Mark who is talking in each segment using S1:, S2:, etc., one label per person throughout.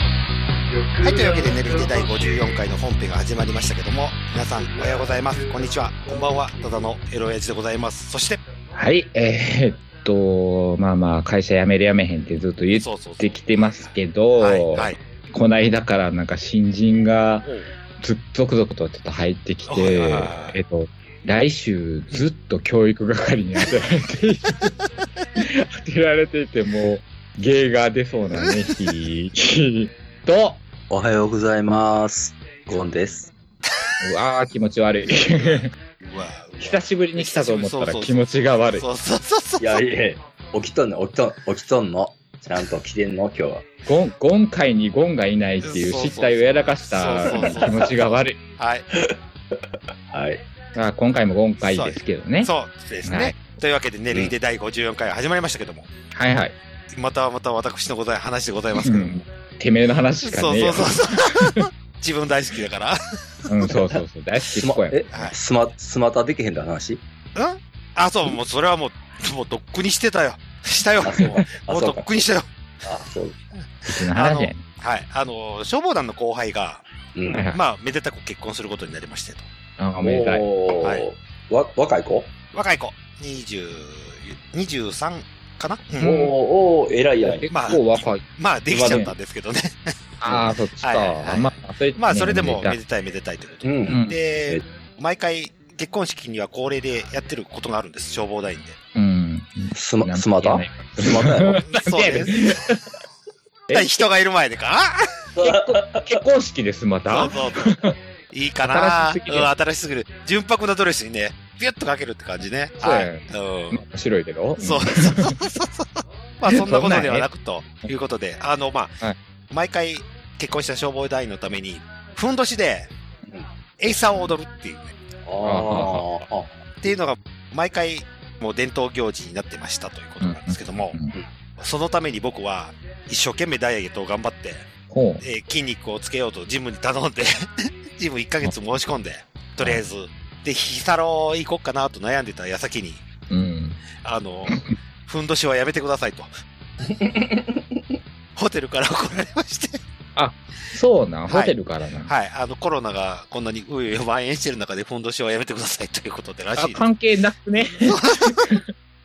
S1: はい、というわけで、寝る日で第54回の本編が始まりましたけども、皆さん、おはようございます。こんにちは。こんばんは。ただのエロ親父でございます。そして、
S2: はい、えーっと、まあまあ、会社辞める辞めへんってずっと言っ
S1: そうそうそう
S2: てきてますけど、
S1: はい、はい。
S2: こないだからなんか新人が
S1: おう
S2: ず続々とちょっと入ってき
S1: はいはい
S2: て
S1: はい、
S2: えっと、来週ずっと教育係に当てられていて、当てられていて、もう、芸が出そうな ね、日、日と、
S3: おはようございます。ゴンです。
S2: うわー気持ち悪い。
S1: うわうわ
S2: 久しぶりに来たと思ったら
S1: そうそうそう
S2: 気持ちが悪い。
S1: そうそうそうそう。
S3: いやいや、起きとんの、起きとん、起きとんの。ちゃんと起きてんの、今日は。
S2: ゴン、ゴン界にゴンがいないっていう失態をやらかした気持ちが悪い。
S1: はい。
S3: はい。
S2: まあ、今回も今回ですけどね。
S1: そうですね。
S2: はい
S1: というわけで、寝る日で第54回が始まりましたけども、
S2: はいはい。
S1: またまた私のござい話でございます
S2: う
S1: けども。
S2: んてめえの話しか
S1: そう
S2: ねえ
S1: そう
S2: よ。
S1: そうそう。 自分大好きだから。
S2: うん、そうそうそう。大好き
S3: す
S2: っ
S3: ま
S2: 子、やん。
S3: え
S1: は、い
S3: すま、すまたできへんだ話
S1: うんあ、そう、もうそれはもう、もうとっくにしてたよ。したよ。も
S3: あ、そうか。
S1: うも
S3: あ、
S1: う
S3: そ
S1: と
S3: うか
S1: っ。くにしたよ。
S3: あ、そう。
S2: 別の話やね
S1: はい。あの、消防団の後輩が、
S3: うん。
S2: はいはい
S1: まあ、めでたく結婚することになりましてと。
S2: あおめでたい。
S3: おー
S1: はい
S3: わ、若い子、
S1: 若い子、20 23かな、うん
S3: おーおー偉いやん。
S2: 結
S1: まあ
S2: 構若い。
S1: まあ、できちゃったんですけどね。
S2: ああ、そっち
S1: はいはいは
S2: か
S1: い。
S2: まあ、それ
S1: まあ、それでも、
S2: ね
S1: めでたいめでたいということ
S3: う。
S1: で。
S2: うんん
S1: で
S3: え、
S1: 毎回、結婚式には恒例でやってることがあるんです、消防団 員で。
S2: うん。
S3: すま、すまた
S2: なんて
S3: すまた やろ。
S1: そうです。
S2: え
S1: 人がいる前でか
S2: 結婚式です、ま
S1: あ
S2: た。
S1: そうそう そういいかな
S2: 新しすぎる
S1: うん新しすぎる。純白なドレスにね、ピュッとかけるって感じね。
S2: そう
S1: は
S2: や
S1: い。
S2: ね
S1: うん
S2: 面白いけど。
S1: そうそうそうそうそう。まあそんなことではなくということで、あのまあ、
S2: はい
S1: 毎回結婚した消防団員のために、ふんどしで
S3: うん、
S1: エイサーを踊るっていうね。
S3: あーあ、
S1: っていうのが、毎回、もう伝統行事になってましたということなんですけども、
S2: うん
S1: そのために僕は、一生懸命ダイエットを頑張って、
S2: ほう。
S1: えー筋肉をつけようとジムに頼んで、 ジム1ヶ月申し込んで、とりあえず、で、ヒサロ行こうかなと悩んでた矢先に、
S2: うん。
S1: あの、ふんどしはやめてくださ いと。ホテルから怒られまして。
S2: そうなん、
S1: はい
S2: ホテルからな。
S1: はい。あの、コロナがこんなにういう蔓延してる中で、ふんどしはやめてくださいということでらし
S2: あ
S1: いです。
S2: 関係なくね。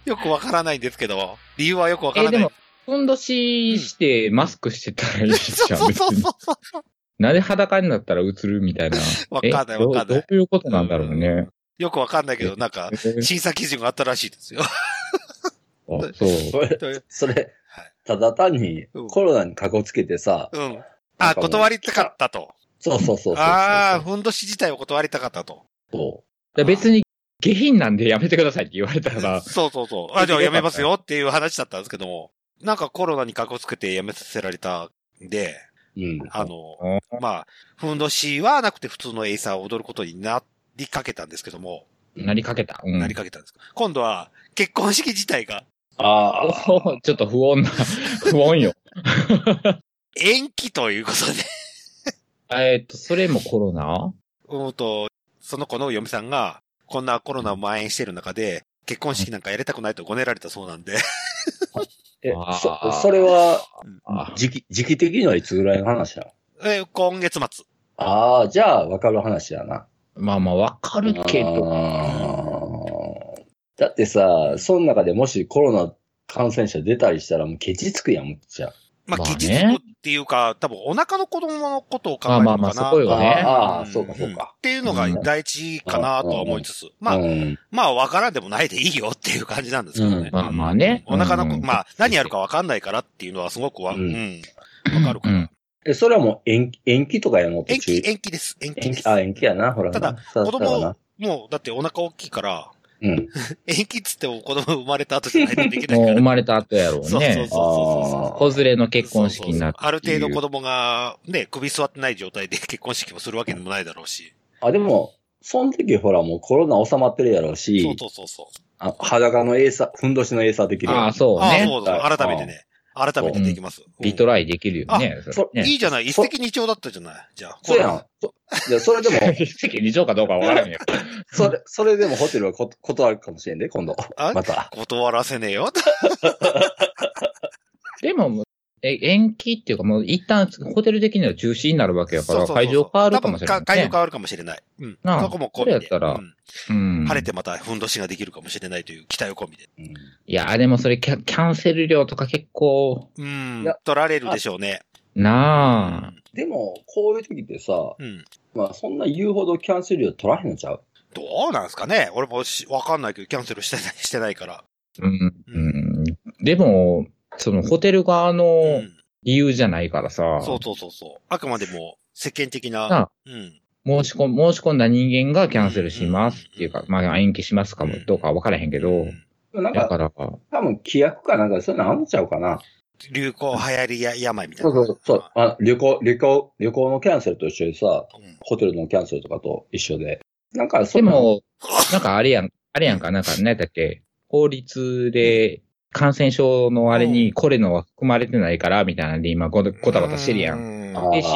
S1: よくわからないんですけど、理由はよくわか
S2: え
S1: ら
S2: ー、で
S1: ない
S2: も。、ふんどししてマスクしてたらいい
S1: そ
S2: じ
S1: う
S2: ゃん。
S1: そう
S2: 別
S1: そう
S2: に
S1: そう。
S2: なぜ裸になったら映るみたいな。
S1: わ
S2: え
S1: かんないわかん
S2: ど
S1: な
S2: う
S1: い。
S2: どういうことなんだろうね。
S1: よくわかんないけど、なんか、
S2: えー
S1: 審査基準があったらしいです よ。
S2: あそう。
S3: そ れ、
S1: という
S3: それ
S1: はい、
S3: ただ単に
S1: うん
S3: コロナにかこつけてさ、
S1: うん。
S3: な
S1: あ、
S3: んかもう
S1: 断りたかったと。
S3: そうそうそうそうそう。
S1: ああ、ふんどし自体を断りたかったと。
S3: そ
S2: だ別に下品なんでやめてくださいって言われたら、
S1: そうそうそう。あ、じゃあやめますよっていう話だったんですけども、なんかコロナにかこつけてやめさせられたんで、
S3: う。うん。
S1: あ
S2: う
S1: の
S2: ん、
S1: まあ、ふんどしはなくて普通のエイサーを踊ることになりかけたんですけども、
S2: なりかけた。うん
S1: なりかけたんですけど今度は結婚式自体が
S3: ああ、
S2: おーちょっと不 穏な、不穏よ。
S1: 延期ということで、
S2: えーっと、それもコロナ
S1: うんと、その子の嫁さんが、こんなコロナ蔓延してる中で、結婚式なんかやりたくないとごねられたそうなんで、
S3: え
S2: あー
S3: そ、それは、
S2: あ
S3: 時期、時期的にはいつぐらいの話なの
S1: え今月末。
S3: ああ、じゃあ、わかる話だな。
S2: まあまあわかるけど。
S3: あーだってさ、その中でもしコロナ感染者出たりしたら、もうケチつくやん、むっちゃ。
S1: まあ、
S2: まあ
S1: 期
S2: ね
S1: 日っていうか、多分お腹の子供のことを考えるのかな。
S2: まあまあまあそこよね
S3: あーあ
S1: ん
S3: ー、そうか、そうか
S1: っ。ていうのが第一かなとは思いつつ、ま
S3: う
S1: あ、
S3: ん、
S1: まあ、わからんでもないでいいよっていう感じなんですけどね。
S2: うんまあまあね
S1: お腹の子、
S2: うん
S1: まあ、何やるかわかんないからっていうのはすごくわ、う
S3: うん
S1: ん、わかるか
S2: う
S1: ら。
S2: ん。
S3: え、それはもう延期、延期とかやの
S1: 延期、
S3: 延
S1: 延期です。延期
S3: 延
S1: で
S3: 期、
S1: す。
S3: あ、延期やな、ほらな。
S1: ただ
S3: さ
S1: 子
S3: さよな
S1: 供、もう、だってお腹大きいから、
S3: うん。
S1: 延期っつっても子供生まれた後じゃないとできない
S2: もう
S1: か
S2: 生
S1: ら。
S2: まれた後やろう
S1: そうそうそう
S2: ね。
S1: そう
S3: あー
S2: 子連れの結婚式になって
S1: そうそうそうある程度子供が、ね、首座ってない状態で結婚式もするわけでもないだろうし。
S3: あ、でも、その時ほらもうコロナ収まってるやろうし、
S1: そうそうそうそう。
S3: あ裸のエーサー、ふんどしのエーサーできるやん
S2: ああ、そう
S1: ああ、
S2: ね。
S1: そうだ、改めてね。改めてできます。うん
S2: リトライできるよね。それね
S1: いいじゃない。一
S3: そ
S1: 石二鳥だったじゃない。じゃあ。
S3: そうやん。そいや、それでも、
S2: 一石二鳥かどうかわからんよ。
S3: それ、それでもホテルはこ断るかもしれんで、今度。
S1: あ
S3: また。
S1: 断らせねえよ。
S2: でも、え延期っていうか、もう一旦ホテル的には中止になるわけやか
S1: そうそ
S2: ら、
S1: うそう
S2: 会場変わるかもしれ
S1: 多
S2: ない、
S1: 分か
S2: ね。
S1: 会場変わるかもしれない。うん。
S2: なあ
S1: そこも込みで。
S2: それやったら
S1: うん
S2: うん、
S1: 晴れてまたふんどしができるかもしれないという期待を込みで。
S3: うん
S2: いや、でもそれキャキャンセル料とか結構、
S1: うん
S3: いや。
S1: 取られるでしょうね。う
S2: なあ
S1: ん。
S3: でも、こういう時ってさ、
S1: うん。
S3: まあ、そんな言うほどキャンセル料取らへんのちゃう
S1: どうなんすかね俺もしわかんないけど、キャンセルしてない、してないから。
S2: うん。
S1: う
S2: うんでも、そのホテル側
S1: う
S2: の
S1: ん。
S2: 理由じゃないからさ、
S1: そうそうそうそう。あくまでも世間的
S2: な
S1: な
S2: あ、
S1: うん。
S2: 申し込ん申し込んだ人間がキャンセルしますっていう
S1: う
S2: か
S1: ん、
S2: まあ延期しますかも
S1: うん
S2: どうか分からへんけ
S1: う
S2: ど、
S1: ん
S3: でもなん
S2: だ
S3: か、
S2: から、
S3: 多分、規約かなんか、そういうのあんのちゃうかな。
S1: 流行、流行りや、病みたい
S3: そ
S1: な。
S3: うそうそう。あ旅行、旅行、旅行のキャンセルと一緒にさ、
S1: うん
S3: ホテルのキャンセルとかと一緒で。なんか、そ
S2: で
S3: ういうの、
S2: も、なんかあれやん、あれやんか、なんか何やったっけ、法律で感染症のあれにこれのは含まれてないから、みたいなんで今ごごたごたしてるやん。
S1: ん
S3: あー
S2: でし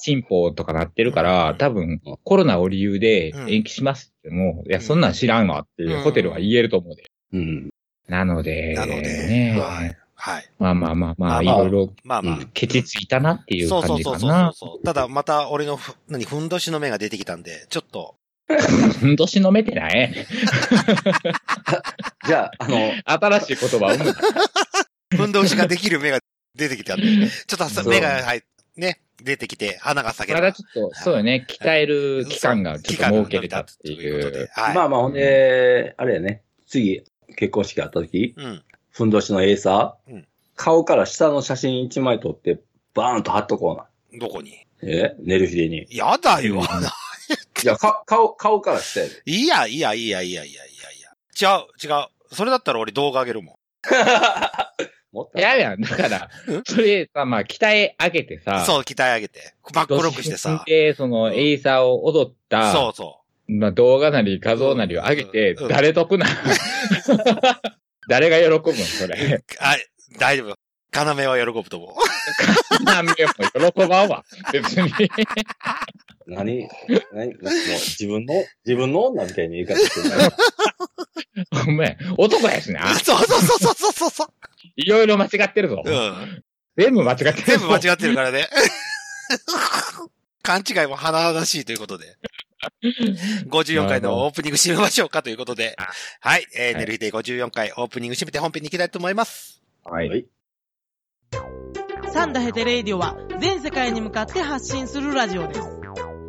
S2: 新法とかなってるから、多分コロナを理由で延期しますっても、いや、そんなん知らんわっていうホテルは言えると思うで。
S3: うん。
S2: なので、
S1: なので、
S2: ね
S1: はい。はい。
S2: まあまあまあまあ、い
S1: まあまあ
S2: ろいろ
S1: まあまあ。
S3: うん
S2: ケチついたなっていう
S1: そうそ
S2: 感
S1: う
S2: じ
S1: そう
S2: か
S1: そう
S2: な。
S1: そう。ただ、また俺のふ、何、ふんどしの目が出てきたんで、ちょっと、
S2: ふんどしのめてない
S3: じゃあ、あの、
S2: 新しい言 葉を生む。
S1: ふんどしができる目が出てきたんで、ちょっとさ
S3: そう
S1: 目が、はい、ね、出てきて、鼻が下げ
S2: まだちょっと、そうよね、鍛える期間がちょっと設けれたって
S1: 期間が伸びたということ
S2: い
S1: で
S2: う。
S1: はい。
S3: まあまあ、ほんで、あれやね、次、結婚式あった時、
S1: うん。
S3: ふんどしのエーサー、
S1: うん
S3: 顔から下の写真一枚撮って、バーンと貼っとこうな。
S1: どこに
S3: え寝る日でに。い
S1: やだよ。
S3: や、か、顔、顔から下やで。
S1: いや、いや、いや、いや、いや、いや、いや。違う、違う。それだったら俺動画あげるもん。
S3: もっ
S2: いやいや、だから、それさ、まあ、鍛え上げてさ、
S1: そう、鍛え上げて。バックロックしてさ。
S2: で、その、エイサーを踊った、
S1: そうそ
S2: まあ、動画なり画像なりを上げて、
S1: うんうん。
S2: 誰得な。誰が喜ぶん、そうれ。
S1: あ、大丈夫。要は喜ぶと思う。
S2: 何名も喜ばんわ。別に。
S3: 何何も う自分の、自分の女みたいに言い方して ない。
S2: お前、男やしな。
S1: そうそうそうそうそうそう。
S2: いろいろ間違ってるぞ。
S1: うん。
S2: 全部間違ってるぞ。
S1: 全部間違ってるからね。 勘違いも甚だしいということで。54回のオープニング締めましょうかということで
S2: あ。
S1: はい。えー、
S2: は
S1: 寝
S2: い
S1: る日で54回オープニング締めて本編に行きたいと思います。
S2: はい。
S4: サンダヘテレイディオは全世界に向かって発信するラジオです。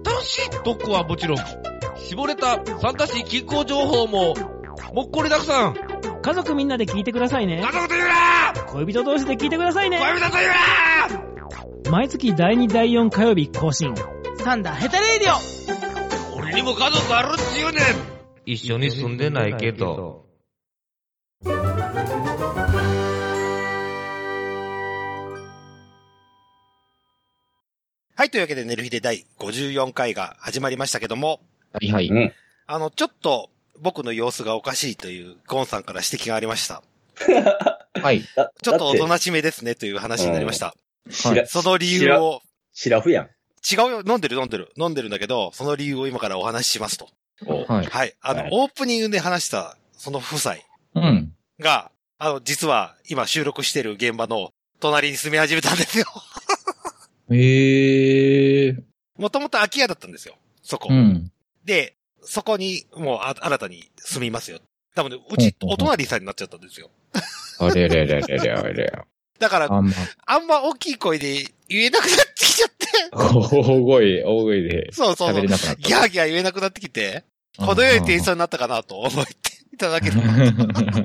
S5: 楽しい特攻はもちろん、絞れた参加し均衡情報も、もっこりたくさん。
S4: 家族みんなで聞いてくださいね
S5: 家。族と言うな
S4: 恋人同士で聞いてくださいね。
S5: 恋人と言うな
S4: 毎月第2第4火曜日更新。サンダヘテレイディオ
S5: 俺にも家族あるっちゅうねん一緒に住んでないけど。
S1: はい。というわけで、寝る日で第54回が始まりましたけども、
S2: はいは
S3: う
S2: い。
S3: ん。
S1: あの、ちょっと僕の様子がおかしいというゴンさんから指摘がありました。
S2: はい。
S3: だ
S1: ちょっとおと
S3: だて
S1: なしめですねという話になりました。
S3: しら、
S1: その理由を、
S3: シラフやん。
S1: 違うよ、飲んでる飲んでる、飲んでるんだけど、その理由を今からお話ししますと。
S3: お
S2: はい。
S1: はい。あの、
S3: はい
S1: オープニングで話した、その夫妻
S2: うん。
S1: が、あの、実は今収録してる現場の隣に住み始めたんですよ。
S2: へえ。
S1: もともと空き家だったんですよ。そこ。
S2: うん。
S1: で、そこにもうあ新たに住みますよ。多分ね、うち、
S2: うんうんうん
S1: お隣さんになっちゃったんですよ。
S2: あれれれれれあれ。
S1: だから、
S2: あんま、
S1: あんま大きい声で言えなくなってきちゃって。
S2: 大声、大声で
S1: そうそうそ
S2: 喋
S1: う
S2: れ。なくなった。
S1: ギャーギャー言えなくなってきて、このように店員さんになったかなと思っていただければ。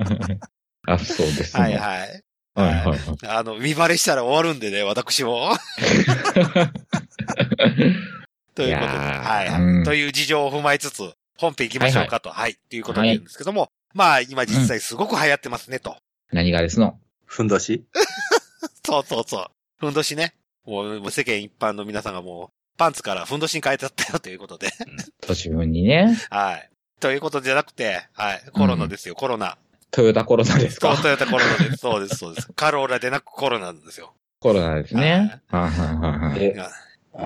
S2: あ、そうですね。
S1: はいはい。
S2: はいはい
S1: あの、見バレしたら終わるんでね、私 も。ということで、
S2: いやー
S1: はい、
S2: うん
S1: という事情を踏まえつつ、本編行きましょうかと、はい、ということで言うんですけども、まあ、今実際すごく流行ってますね、と。
S2: 何がですの
S3: ふんどし
S1: そうそうそう。ふんどしね。もう、もう世間一般の皆さんがもう、パンツからふんどしに変えちゃったよということで。
S2: 年分にね。
S1: はい。ということじゃなくて、はい。コロナですよ、コロナ。
S2: トヨタコロナです
S1: そう
S2: か
S1: トヨタコロナです。そうです、そうです。カローラでなくコロナなんですよ。
S2: コロナですね。はいはいはいはい。
S3: え、あー、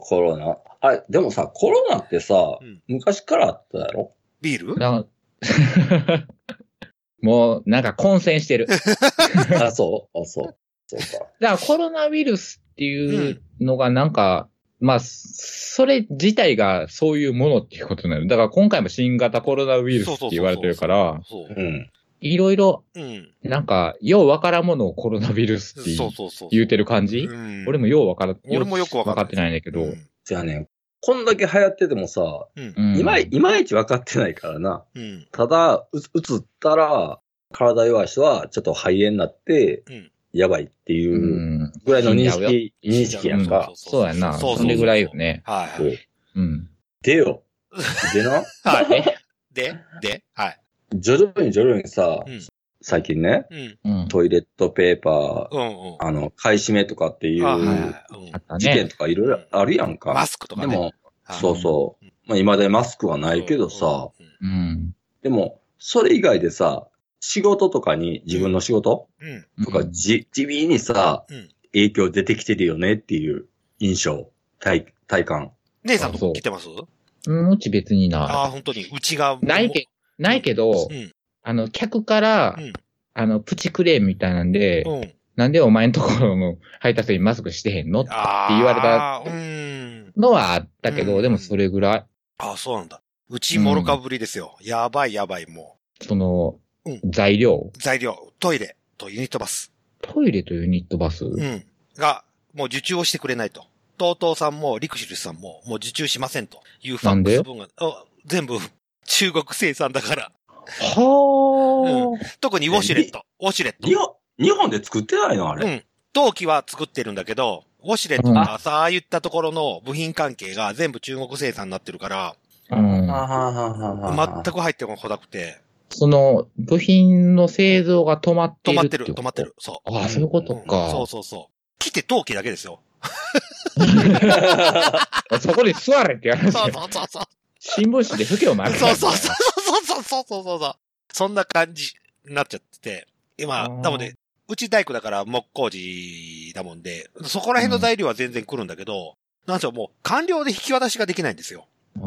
S3: コロナ。あれ、でもさ、コロナってさ、
S1: うん
S3: 昔からあったやろ
S1: ビール
S2: な もう、なんか混戦してる。
S3: あ、そうあ、そう。そうか。
S2: だからコロナウイルスっていうのがなんか、まあ、それ自体がそういうものっていうことになる。だから今回も新型コロナウイルスって言われてるから、
S1: そう。
S3: うん。
S2: いろいろ、
S1: うん。
S2: なんか、ようわからんものをコロナウイルスって
S1: そうそうそう。
S2: 言うてる感じ、
S1: うん
S2: 俺もようわから、
S1: 俺もよくわかん
S2: わ
S1: な
S2: か
S1: い
S2: ってないんだけど。
S1: うん
S3: じゃあね、こんだけ流行っててもさ、
S1: うん。
S2: うん。
S3: いまいいまいち分かってないからな。
S1: うん。
S3: ただ、うつ、うつったら、体弱い人はちょっと肺炎になって
S1: うん、
S3: やばいっていううんぐらいの認識、
S1: ん
S3: 認識やん
S1: う
S3: か。
S2: そうやな。
S1: そうそうそう
S2: それぐらいよね。
S1: はい
S3: こ
S1: は
S3: う
S1: い。
S2: うん。
S3: でよ。でな、
S1: はい。で、で、はい。
S3: 徐々に徐々にさ、
S1: うん
S3: 最近ね、
S1: うん。
S2: うん。
S3: トイレットペーパー、
S1: うんうん。
S3: あの、買い占めとかってい
S1: あはいはいううん
S2: あった
S3: 事件
S2: ね。
S3: とかいろいろあるやんか。
S1: マスクとか
S3: で
S1: ね。
S3: も、
S1: はい
S3: そうそう。まあ、今でマスクはないけどさ、、
S1: う
S2: うん。
S3: でも、それ以外でさ、仕事とかに、自分の仕事
S1: んうんうん。
S3: とかじ、地味にさ、
S1: うん
S3: 影響出てきてるよねっていう印象、体、体感。
S1: 姉さんと
S2: そう
S1: こ来てます
S2: うん、うち別に
S1: ああ、
S2: な
S1: 本当に。うちが。
S2: い。ないけ、ないけど、
S1: うん。
S2: あの、客から、
S1: うん
S2: あの、プチクレームみたいなんで、
S1: うん。
S2: なんでお前のところの 配達員マスクしてへんのって
S1: ああ。
S2: 言われた
S1: た。うん。
S2: のはあったけど、
S1: うん
S2: でもそれぐらい、
S1: ああ、そうなんだ。うち、もろかぶりですよ。やばいやばい、も
S2: その、
S1: うん
S2: 材料、
S1: う。材料、トイレとユニットバス。
S2: トイレとユニットバス、
S1: うん。が、もう受注をしてくれないと。とうとうさんも、リクシルさんも、もう受注しませんと。いうファックス分が、あ全部、中国生産だから。
S2: はあ、
S1: 特にウォシュレット。ウォシュレット
S3: 日。本、日本で作ってないのあれ。
S1: うん。陶器は作ってるんだけど、ウォシュレットとか、さあ言ったところの部品関係が全部中国生産になってるから、
S2: うん
S3: はあはあはあはあはあ
S1: 全く入ってこなくて、
S2: その、部品の製造が止まっ
S1: 止
S2: ている
S1: まっ
S2: ってて
S1: る、
S2: こと
S1: 止まってる。そ
S2: ああ、そういうこ
S1: う。
S2: と
S1: うん
S2: か。
S1: そうそうそう。来て陶器だけです よ。
S2: そこで座れって
S1: そう
S2: 話
S1: そう
S2: よ。
S1: そうそう。
S2: 新聞紙で吹けお前。
S1: そうそうそうそうそうそうそうそう。そんな感じになっちゃってて。今、
S2: うん
S1: 多分ね、うち大工だから木工事だもんで、そこら辺の材料は全然来るんだけど、なんしょう、もう完了で引き渡しができないんですよ。
S2: あー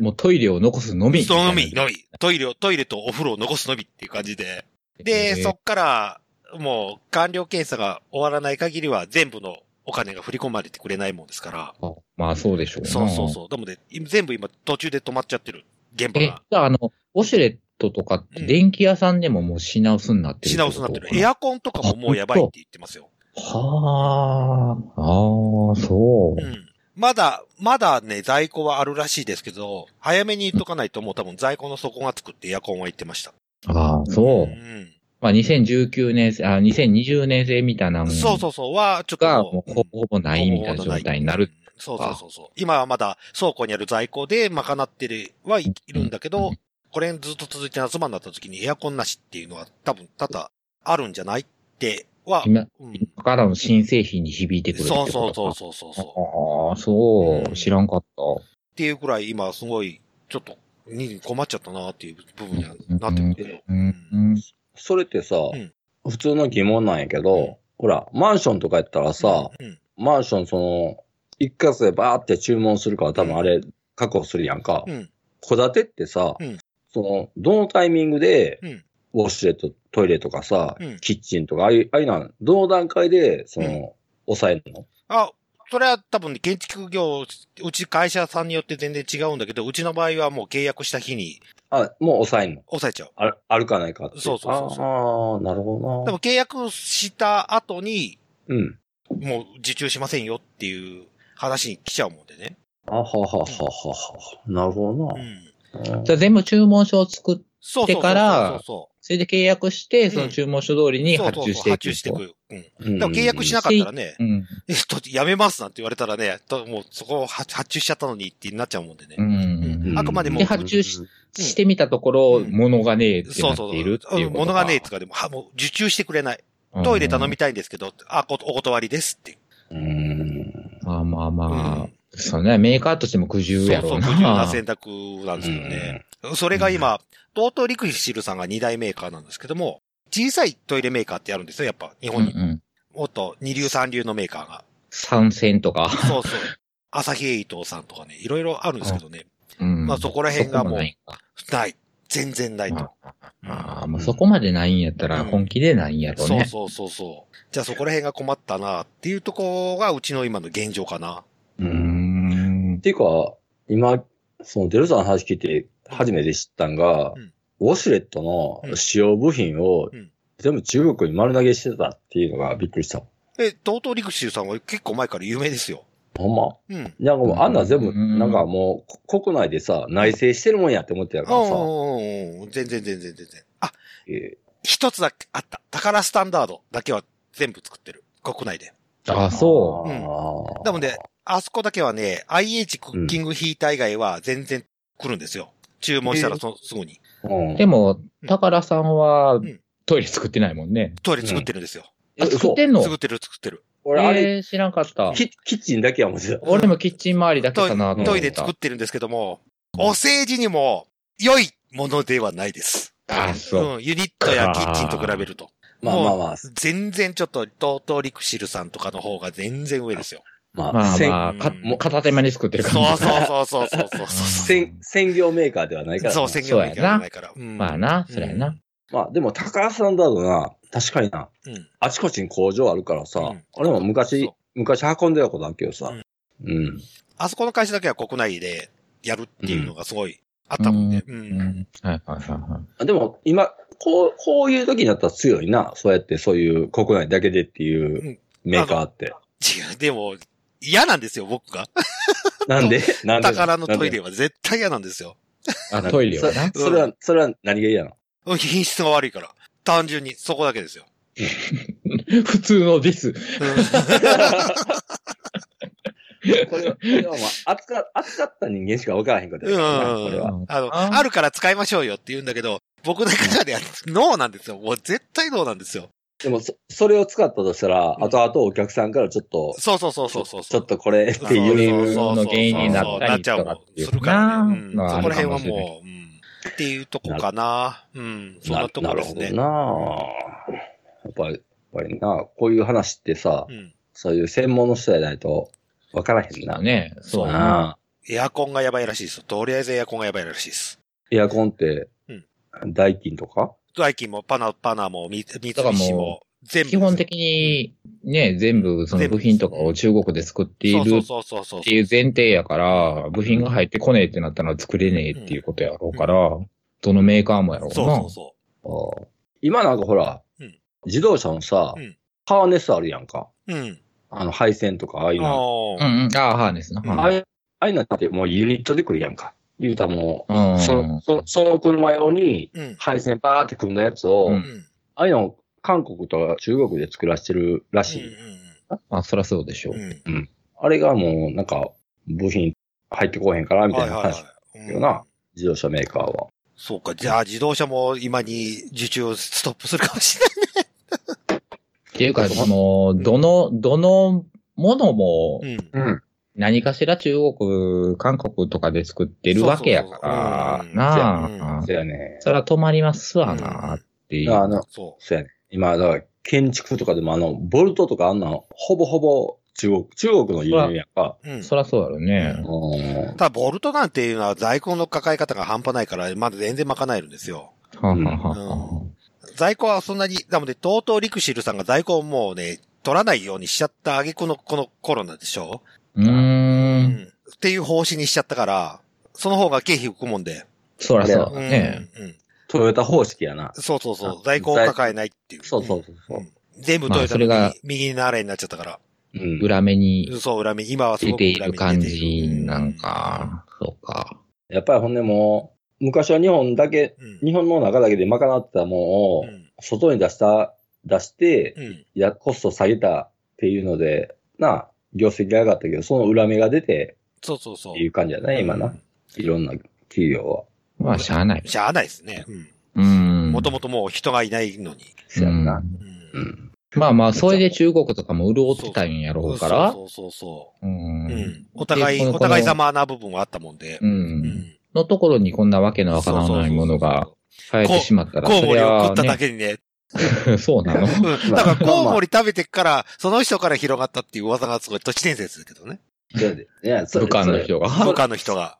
S2: もうトイレを残すのみ。
S1: そのみ、のみ。トイレを、トイレとお風呂を残すのみっていう感じで。で、そっから、もう、完了検査が終わらない限りは、全部のお金が振り込まれてくれないもんですから。
S2: あまあそうでしょうな
S1: そうそうそう。でもね、今全部今、途中で止まっちゃってる。現場
S2: え、じ
S1: が。
S2: ゃああの、ウォシュレットとかって電気屋さんでももう品薄になってる
S1: 品薄になってる。エ
S2: や。
S1: アコンとかももうやばいって言ってますよ。
S2: はあ、ああ、そうう。
S1: ん。まだ、まだね、在庫はあるらしいですけど、早めに言っとかないともう多分在庫の底がつくってエアコンは言ってました。
S2: ああ、そうう。
S1: ん。
S2: まあ2019年生、あ2020年生みたいなもの
S1: そうそうそう。は、ちょっと
S2: が
S1: も
S2: も
S1: う。
S2: うほぼほぼないみたいな状態になる。
S1: うん。そうそうそうそう。今はまだ倉庫にある在庫で賄ってるはいいるんだけど、
S2: うん
S1: これずっと続いて夏場になった時にエアコンなしっていうのは多分多々あるんじゃないっては、
S2: 今
S1: うん、
S2: からの新製品に響いてくるって
S1: そ
S2: こ
S1: う
S2: と
S1: そうそう
S2: う
S1: そうそうそう。っ
S2: ああ、そうう。
S1: ん
S2: 知らんかった。
S1: ていうくらい今すごいちょっとに困っちゃったなっていう部分にはなってるけど。
S2: うん。うん
S3: それってさ、
S1: ん
S3: 普通の疑問なんやけど、
S1: うん
S3: ほら、マンションとかやったらさ、
S1: うん、
S3: マンションその、一括でバーって注文するから多分あれ確保するやんか。
S1: うん、
S3: 戸建てってさ、
S1: うん
S3: その、どのタイミングで、
S1: うん
S3: ウォシュレット、トイレとかさ、
S1: うん
S3: キッチンとか、ああいう、ああいうのはどの段階で、その、
S1: う
S3: 抑えるの
S1: あ、それは多分ね建築業、うち会社さんによって全然違うんだけど、うちの場合はもう契約した日に
S3: あ、もう抑えるの
S1: 抑えちゃう。
S3: あるあるかないかって。
S1: そうそうそうそう
S3: ああ、なるほ
S1: で
S3: どな
S1: も。契約した後に、
S3: うん。
S1: もう受注しませんよっていう話に来ちゃうもんでね。
S3: あはははははは。なるほど
S1: う
S3: な。
S1: ん。
S3: うん
S2: じゃあ全部注文書を作って、
S1: そうそうそう。
S2: でから
S1: そ
S2: それで契約して、そ
S1: うん
S2: の注文書通り
S1: うそう
S2: に
S1: そう。
S2: 発注してい
S1: 発
S2: く
S1: 注してい
S2: と。
S1: く。うん。でも契約し
S3: な
S1: なかったらね、
S2: うん。
S1: えっと、やめますなんて言われたらね、ともうそこを発発注しちゃったのにってなっちゃうもんでね。
S2: うん
S1: うんあくまでも
S2: で発注ししてみたところ、
S1: うん
S2: 物がねえって
S1: そ
S2: な
S1: う
S2: って
S1: そう
S2: いるっ
S1: そ
S2: て
S1: う。
S2: いううんこと
S1: 物
S2: か
S1: がねえっつうかでも、はもう受注してくれない。トイレ頼みたいんですけど、あ、こお断りですって。
S3: うん。
S2: うんまあまあ
S1: う
S2: まあ
S1: ん。
S2: そうね、メーカーとしても苦
S1: そう
S2: 渋や
S1: そ
S2: ろ
S1: う、
S2: う
S1: 不
S2: な。
S1: 自由な選択なんですけどね。
S3: ね。
S1: それが今、トートリクシルさんが2大メーカーなんですけども、小さいトイレメーカーってあるんですよ、やっぱ、日
S2: うん
S1: 本
S2: う
S1: に。
S2: ん。
S1: もっと二流三流のメーカーが。
S2: 参戦とか。
S1: そうそ う。アサヒエイトさんとかね、いろいろあるんですけどね。
S2: うん
S1: まあそこら辺がもう
S2: そこないか
S1: ない。全然ないと。
S2: ああ、もうそこまでないんやったら
S1: うん
S2: 本気でないんやろ
S1: そう
S2: ね。
S1: そうそうそう。じゃあそこら辺が困ったなっていうとこがうちの今の現状かな。
S3: う
S2: うーん
S3: っ。ていうか、今、そのデルさんの話聞いて初めて知ったんが、
S1: うん
S3: ウォシュレットの使用部品を
S1: うん
S3: 全部中国に丸投げしてたっていうのがびっくりした。
S1: え、東東陸州さんは結構前から有名ですよ。
S3: ほんま。
S1: うん。
S3: なんかもうあんな全部、
S2: うん
S3: なんかもうこ国内でさ、内製してるもんやって思ってた
S1: う
S3: か
S1: ん
S3: ら
S1: う
S3: さ、
S1: んうんうん。全然全然全然。あ、
S3: え
S1: 一つだけあった。宝スタンダードだけは全部作ってる。国内で。
S2: ああ、
S3: ー
S2: そう
S1: うん
S3: あー
S1: でもね、あそこだけはね、IH クッキングヒーター以外は全然来るんですよ。注文したらそ、すぐに。
S3: うん
S2: う。でも、宝さんは
S1: ん
S2: トイレ作ってないもんね。
S1: トイレ作ってるんですよ。
S2: あ、
S3: え
S2: 作って
S3: 嘘
S2: んの
S1: 作ってる作ってる。
S3: 俺あれ、
S2: えー知らんかった。
S3: キキッチンだけはもちろん。
S2: 俺もキッチン周りだけかなと思った。
S1: トイレ作ってるんですけども、お世辞にも良いものではないです。
S2: ああ、そう。
S1: ん、ユニットやキッチンと比べると。
S3: まあまあまあ、
S1: 全然ちょっと、トートリクシルさんとかの方が全然上ですよ。
S3: まあ、
S2: まあ
S3: 専
S2: まあ、か
S1: うん
S2: もう片手間に作って
S1: そう
S2: る感じ。
S1: そうそうそうそうそ
S3: 専専業メーカーではない
S1: う。
S3: からな。
S1: そう、専業メーカーじゃないから。うん
S2: まあな、そりゃな。
S3: まあでも、高橋さんだとな、確かにな、
S1: うん。
S3: あちこちに工場あるからさ、
S1: うん
S3: 俺も昔
S1: そ、
S3: 昔運んでたことあるけどさ、うん。
S1: あそこの会社だけは国内でやるっていうのがすごいあったもんね。う。
S2: うんん。はいはいはいはい。
S3: あでも、今、こう、こういう時になったら強いな、そうやってそういう国内だけでっていうメーカーって。
S1: 違う、でも、嫌なんですよ、僕が。
S3: なんでなんで
S1: 宝のトイレ
S3: は。
S1: は絶対嫌なんですよ。
S2: あ、トイレはな。
S3: そそれは、それは何が嫌なの
S1: うん品質が悪いから。単純に、そこだけですよ。
S2: 普通のディス。
S1: うん
S3: これは、これはまあ、扱、扱った人間しか分からへんこと やからなこれは。
S1: あの、
S2: あー
S1: あるから使いましょうよって言うんだけど、僕の中ではノーなんですよ。もう絶対ノーなんですよ。
S3: でもそ、それを使ったとしたら、
S1: うん
S3: 後々お客さんからちょっと、
S1: そうそうそうそうそう。
S3: ちょっとこれって
S1: そう
S3: い
S1: そう
S3: う
S1: そう
S2: の原因になったりとかっていう
S1: なっちゃうもんするからね。うんそ
S2: な
S1: こら辺は
S2: あるかもしれな
S1: もう、うんっていうとこかな。うん。そんなとこですね。
S3: なるほどなやっぱり、やっぱりなこういう話ってさ、
S1: うん。
S3: そういう専門の人じゃないと分からへんな。
S2: だね。そうやな。
S3: なあ
S1: エアコンがやばいらしいですよ。とりあえずエアコンがやばいらしいです。
S3: エアコンって、
S1: うん
S3: ダイキンとか
S1: ダイキンもパナ、パナも三三
S2: だから
S1: 菱も
S2: も、
S1: 全部。
S2: 基本的に、ね、全部、その部品とかを中国で作ってい
S1: そ
S2: る
S1: うそうそうそう
S2: っていう前提やから、部品が入ってこねえってなったら作れねえっていうことやろうから、どのメーカーもやろうな。
S1: そうそうそ
S3: ああ今なんかほら、
S1: うん
S3: 自動車のさ、
S1: うん
S3: ハーネスあるやんか。
S1: う。うん。
S3: あの配線とか、ああいう
S1: あ
S3: の。
S2: う
S1: ー
S2: んうん。ああ、ハーネスな。
S1: うん
S3: ああ
S2: はい
S3: いう、ああいうのってもうユニットで来るやんか。言うたらも
S2: う
S3: う、
S2: ん。
S3: そのそその車用に
S1: うん。
S3: 配線バーって組んだやつを、
S2: う
S1: うんん。
S3: ああいうのを韓国とか中国で作らせてるらしい。
S2: まあ、そりゃそうでしょ
S1: うん。う
S2: う。
S1: ん。うん。
S3: あれがもう、なんか、部品入ってこへんから、みた
S1: はいい
S3: な
S1: はい
S3: 話。
S1: はい。
S3: けどな自動車メーカーは。
S1: そうか。じゃあ、自動車も今に受注ストップするかもしれない。
S2: っていうか、その、どの、どのものも、
S1: うん。
S3: うん。
S2: 何かしら中国、韓国とかで作ってるわけやから
S1: そうそうそう、うん
S2: なあ
S3: そ。やね。
S2: そりゃ止まりますわな、っていう。
S3: あの、
S1: そ
S3: そやね。今、だから、建築とかでもあの、ボルトとかあんなの、ほぼほぼ中国、中国の輸入やんか。
S1: う。うん。
S2: そりゃそうやろね。
S3: うん
S1: ただ、ボルトなんていうのは在庫の抱え方が半端ないから、まだ全然賄えるんですよ。
S2: はあ、はあはあはあ
S1: 在庫はそんなに、なので、とうとうリクシルさんが在庫をもうね、取らないようにしちゃった挙句のこのコロナでしょ
S2: うー。
S1: うんんっていう方針にしちゃったから、その方が経費浮くもんで。
S2: そりゃそう
S1: う
S2: だ
S1: ん
S2: ね。
S1: うん
S3: トヨタ方式やな。
S1: そうそうそ
S3: あ
S1: う。在庫を抱えないっていう。
S3: そうそうそうそうう。
S1: ん。全部トヨタ
S2: まあ
S1: の
S2: それが
S1: 右に流れになっちゃったから。
S3: うん。
S2: 裏目に
S1: そう、恨み。今はす
S2: 出
S1: ごく
S2: て
S1: 恨
S2: い
S1: み
S2: る感じなん。か。そうか。
S3: やっぱりほんでもう、昔は日本だけ、
S1: うん。
S3: 日本の中だけで賄ってたものを
S1: う、ん。
S3: 外に出した、出して、
S1: うん。
S3: いや、コスト下げたっていうので、なあ、業績が上がったけど、その裏目が出て
S1: そうそうそ
S3: っ
S1: う
S3: て。いう感じだね、今な。。いろんな企業は。
S2: まあ、しゃあない。
S1: しゃあないですね。
S2: う。
S1: うんん。もともともう人がいないのに。
S3: そうやん
S2: う
S3: な。
S1: う。
S2: ん
S3: うんん。
S2: まあまあ、それで中国とかも潤ってたんやろうから。
S1: そうそうそうう。
S2: ん
S1: そううん。お互い、
S2: でこの
S1: お互い様な部分はあったもんで
S2: う。。。
S1: うん
S2: のところにこんなわけのわからないものが生えてしまったら、
S1: コウ
S2: そ
S1: モ
S2: り
S1: リを
S2: ゃ
S1: 食っただ
S2: ね、
S1: けにね。
S2: そうなの
S1: うん。だからコウモリ食べてっから、その人から広がったっていう噂がすごい都市伝説だけどね。
S3: そうやでいや、それ
S2: 武漢の人が。
S1: 部下の人が。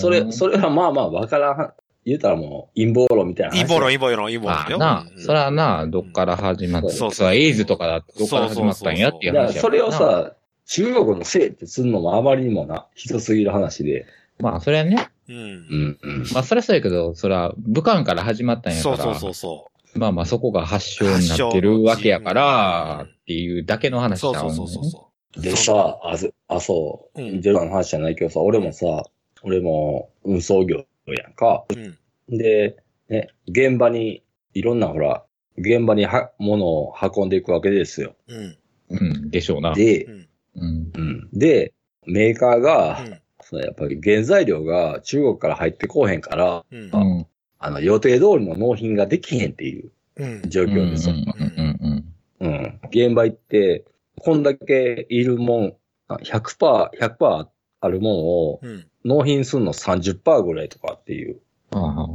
S3: それ、それはまあまあわからん。言うたらもう陰謀論みたいな話。
S1: 陰謀論、陰謀論、陰謀
S2: まあ
S1: 論よ。
S2: な
S1: う、ん
S2: そらな、どっから始まった、
S1: そうそう
S2: そらエイズとかだってどっから始まったんやっていう
S3: だから
S2: 話や
S3: そ
S2: から
S3: れ
S2: な
S3: を、さ、中国のせいってすんのもあまりにもな、ひどすぎる話で。
S2: まあそれはね、
S1: う。
S3: うんんうん。
S2: まあそれはそうやけど、そら武漢から始まったんやか
S1: そう
S2: ら、
S1: そうそうそ
S2: まあまあそこが発祥になってるわけやから、
S1: 発祥の地
S2: っていうだけの
S1: う。
S2: 話
S1: そう
S2: だ
S1: そう
S2: もんね
S1: そうそうそ
S3: でさ、あず、あ、そう、
S1: うん
S3: ジョナの話じゃないけどさ、俺もさ、俺も運送業やんか。
S1: う。うん。
S3: で、ね、現場に、いろんなほら、現場には、物を運んでいくわけですよ。
S1: うん。
S2: うん、でしょうな。
S3: で
S1: う、ん。
S2: うん。
S3: うん。で、メーカーが、
S1: うん
S3: そのやっぱり原材料が中国から入ってこうへんから、
S1: うん
S2: う。ん。
S3: あの、予定通りの納品ができへんっていう
S1: うん。
S3: 状
S2: うん。うん。
S3: 況ですよ。
S2: うん。
S3: うん現場行って、こんだけいるもん、あ100%、100%あるもんを
S1: うん。
S3: 納品するの30%ぐらいとかっていう、
S2: うん。ああ。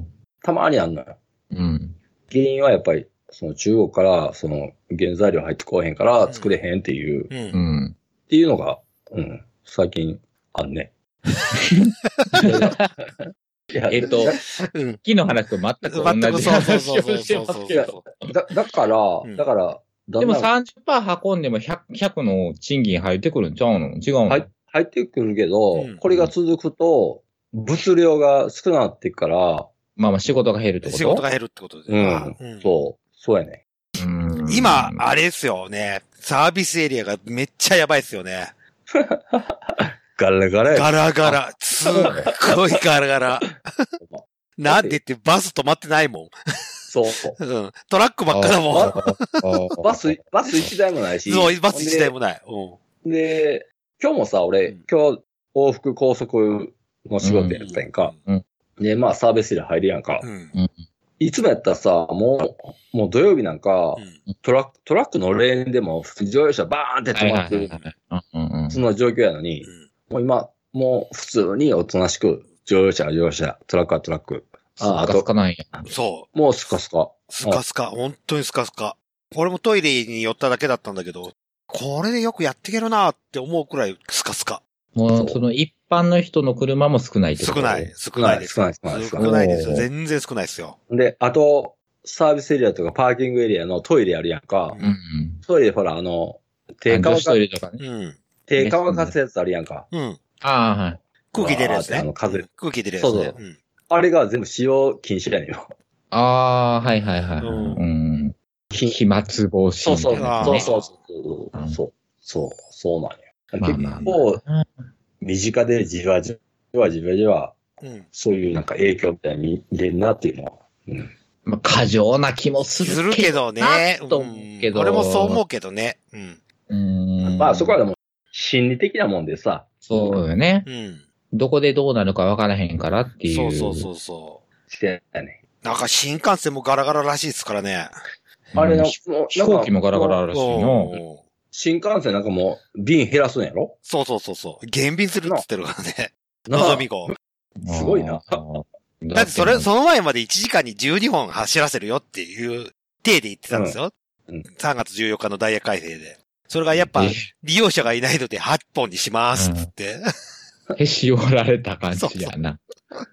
S3: たまにあんのよ。
S2: うん。
S3: 原因はやっぱり、その中国から、その原材料入ってこうへんから作れへんっていう、っ
S1: う。
S2: うんん。
S3: ていうのが、うん、最近あ んね。いや
S2: えっと
S3: だ
S1: うん。
S2: 木の話と全く同
S1: 全く
S2: じ
S1: そうそう
S2: 話
S1: そう
S2: を
S1: そう
S2: して
S1: そう
S2: ます
S1: そう
S2: けど。
S1: そう。
S3: だ、だから
S1: う、ん
S3: だから、だ
S2: で
S3: ん
S2: も
S3: だん
S2: 30%運んでも 100, 100の賃金入ってくるんちゃうの違うの、
S3: 入入ってくるけど、
S1: うん
S3: これが続くと、物量が少なっていくから、
S2: まあまあ仕事が減るってこと
S1: 仕事が減るってことで。
S3: うん
S1: うん
S3: そう、そうやね。
S2: うん
S1: 今、あれですよね。サービスエリアがめっちゃやばいですよね。
S3: ガラガラや。
S1: ガラガラ。すっごいガラガラ。なんでってバス止まってないもん。
S3: そう。
S1: うん。トラックばっかだもん。
S3: バス、バス一台もないし。
S1: そう、バス自体もない。うん。
S3: ほんで。で、今日もさ、
S1: う
S3: 俺
S1: ん、
S3: 今日、往復高速の仕事やったんやんか。で、まあ、サービスエリア入るやんか。
S1: うん。
S3: いつもやったらさ、もう、もう土曜日なんか
S1: う、ん。
S3: トラック、トラックのレーンでも、普通に乗用車バーンって止まって
S2: はい
S3: る、
S2: うんうんうん
S3: その状況やのに、もう今、もう普通におとなしく、乗用車は乗用車、トラックはトラック。ああ
S2: スカス
S3: と、
S2: カなんや。
S1: うんそう。
S3: もうスカスカ。
S1: スカスカ。本当にスカスカ。俺もトイレに寄っただけだったんだけど、これでよくやっていけるなって思うくらいスカスカ。
S2: も、
S3: そうう
S2: その一般の人の車も少ないってこと
S1: 少ない。。少ないです。
S3: 少ない少ない
S1: 少
S3: 少
S2: ない
S1: ないです
S2: お
S1: よ。
S2: ー
S1: 全然少ないですよ。
S3: で、あと、サービスエリアとかパーキングエリアのトイレあるやんか。
S2: うんうん。
S3: トイレほら、あの、手
S2: 女
S3: 乾
S2: 子ト
S3: か
S2: イ、レとかね。
S1: うん。
S3: 手乾かすやつあるやんか。
S1: うん。
S2: ああ、はい。
S1: 空気出るやつね。
S3: あの風
S1: 空気出るやつ
S3: そう
S1: ね。
S3: そう
S1: うん
S3: あれが全部使用禁止やねんよ。
S2: ああ、はいはいはい。
S1: う
S2: うんん。飛沫防止
S3: そう
S2: みた
S3: そう。
S2: いな
S1: あー
S3: そう
S2: ね。
S3: そうそう。そう、そう、そうなんや。
S2: まあ
S3: 結
S2: ま
S3: 構、身近でじわじわじわじわ、
S1: うん。
S3: そういうなんか影響みたいに出るなっていうのは。うん
S2: まあ、過剰な気もす
S1: す
S2: る
S1: る
S2: け
S1: けど
S2: ど。
S1: ね。
S2: なと思うけど
S1: うん俺もそう思うけどね。うん。
S2: うん
S3: まあそこはでも心理的なもんでさ、
S2: そうよね。
S1: うん。
S2: どこでどうなるか分からへんからっていう。
S1: そうそうそうそう。
S3: してたね。
S1: なんか新幹線もガラガラらしいですからね。
S2: うん。
S3: あれの、
S2: 飛行機もガラガラ
S3: もう
S2: らしいの。
S1: うん
S3: 新幹線なんかもう便減らすんやろ
S1: そうそうそうそう。減便するっつってるからね。
S3: な
S1: のぞみ号。
S3: すごいな
S2: あー。
S1: だってそれ、
S2: う。
S1: その前まで1時間に12本走らせるよっていう体で言ってたんですよ。
S3: うんうん
S1: 3月14日のダイヤ改正で。それがやっぱ
S2: え
S1: 利用者がいないので8本にしますっつって。
S2: へし折られた感じやな。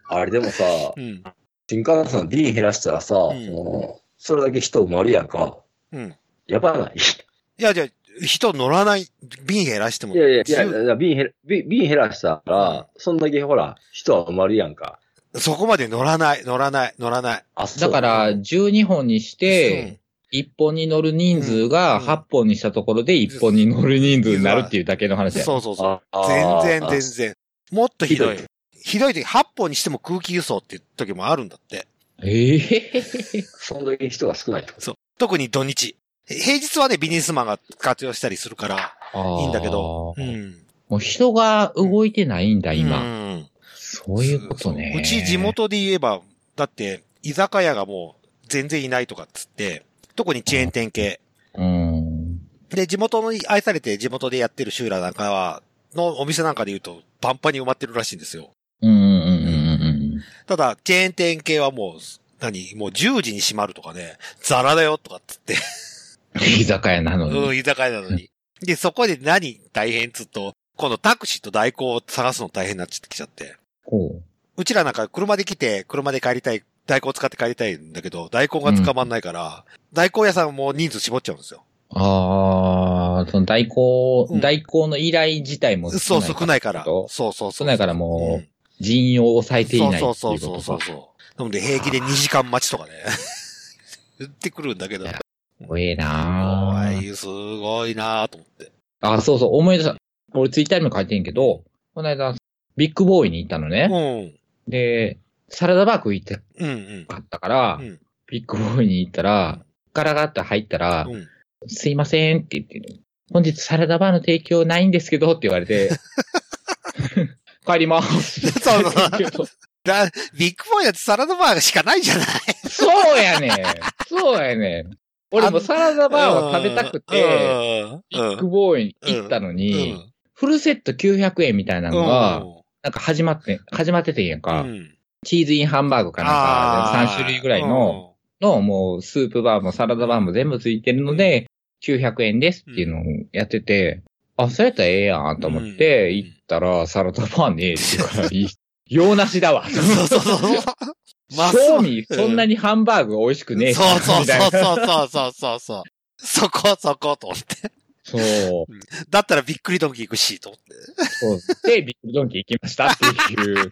S3: あれでもさ、
S1: うん。
S3: 新幹線の便減らしたらさ、
S1: うん
S3: そのそれだけ人埋まるやんか。
S1: うん。
S3: やばない
S1: いや、じゃあ、人乗らない、便減らしても。
S3: いやいやい
S1: 自
S3: や
S1: 由
S3: いや、便減ら、便便減らした
S1: うん
S3: ら、そんだけほら、人は埋まるやんか。
S1: そこまで乗らない、乗らない、乗らない。
S3: あ、そ
S2: だ
S3: う
S2: から、、12本にし
S1: うん
S2: て、、1本に乗る人数が
S1: うん
S2: 8本にしたところで1本に乗る人数になるっていうだけの話や。
S1: そうそうそう。
S3: ああー
S1: 全然、全然。もっとひどい
S3: ひど。
S1: ひどい時、8本にしても空気輸送っていう時もあるんだって。
S2: ええ
S3: そんだけ人が少ないってこと。
S1: 特に土日。平日はね、ビジネスマンが活用したりするから、 いいんだけど。
S2: あ
S1: う
S2: ー
S1: ん。
S2: もう人が動いてないんだ、今。
S1: うん。
S2: そういうことね。
S1: うち地元で言えば、だって、居酒屋がもう全然いないとかっつって、特にチェーン店系。
S2: うん。
S1: で、地元に愛されて地元でやってるシューラーなんかは、のお店なんかで言うと、パンパンに埋まってるらしいんですよ。
S2: うんうんうんうん
S1: ただ、チェーン店系はもう、何もう10時に閉まるとかね、ザラだよとかっつって、
S2: うん。居酒屋なのに。
S1: うん、居酒屋なのに。で、そこで何大変っつうと、このタクシーと代行を探すの大変になっちゃってきちゃって。
S2: こ
S1: うちらなんか車で来て、車で帰りたい大根使って帰りたいんだけど、大根が捕まんないから、大根屋さんも人数絞っちゃうんですよ。
S2: ああ、その代行、
S1: うん
S2: 代行の依頼自体も
S1: そう、少ないから。
S2: そ
S1: そううそうそう。
S2: 少ないから
S1: う
S2: も
S1: ん
S2: う、人員を抑えていないってい
S1: そううそうそうそうそう。なので平気で2時間待ちとかね。 言ってくるんだけど。
S2: う。怖えな
S1: お
S2: ー
S1: い、すごいなぁと思って。
S2: あ、そうそう、思い出した。俺ツイッターにも書いてんけど、この間、ビッグボーイに行ったの
S1: う
S2: ね。
S1: ん。
S2: で、サラダバーク行って
S1: うん
S2: かったから、
S1: うん。うん。
S2: ビッグボーイに行ったら、ガラガラって入ったら、
S1: うん。
S2: すいませんって言って、本日サラダバーの提供ないんですけどって言わ れて、帰ります。
S1: そうそうだ、ビッグボーイだってサラダバーしかないじゃない
S2: そうやねん。そうやねん。俺もサラダバーを食べたくて、、
S1: う
S2: ビ
S1: ん。う
S2: ッグ
S1: ん
S2: ボーイに行ったのに、フルセット900円みたいなのが、なんか始まって、始まっててんやんか、
S1: うん。
S2: チーズインハンバーグかなんか、3種類ぐらいの、のもうスープバーもサラダバーも全部ついてるので、900円ですっていうのをやってて、あ、そうやったらええやんと思って、
S1: うん
S2: 行ったらサラダバーねえって言うから、い用なしだわ。
S1: うん。そうそうそうそう。まあ
S2: そうに、そんなにハンバーグ美味しくねえ
S1: そうそう
S2: みたい
S1: そ
S2: な
S1: うそうそうそうそう。そこそこと思って。
S2: そう。
S1: だったらびっくりドンキー行くし、と思って。
S2: そう。で、ビッグドンキ行きましたっていう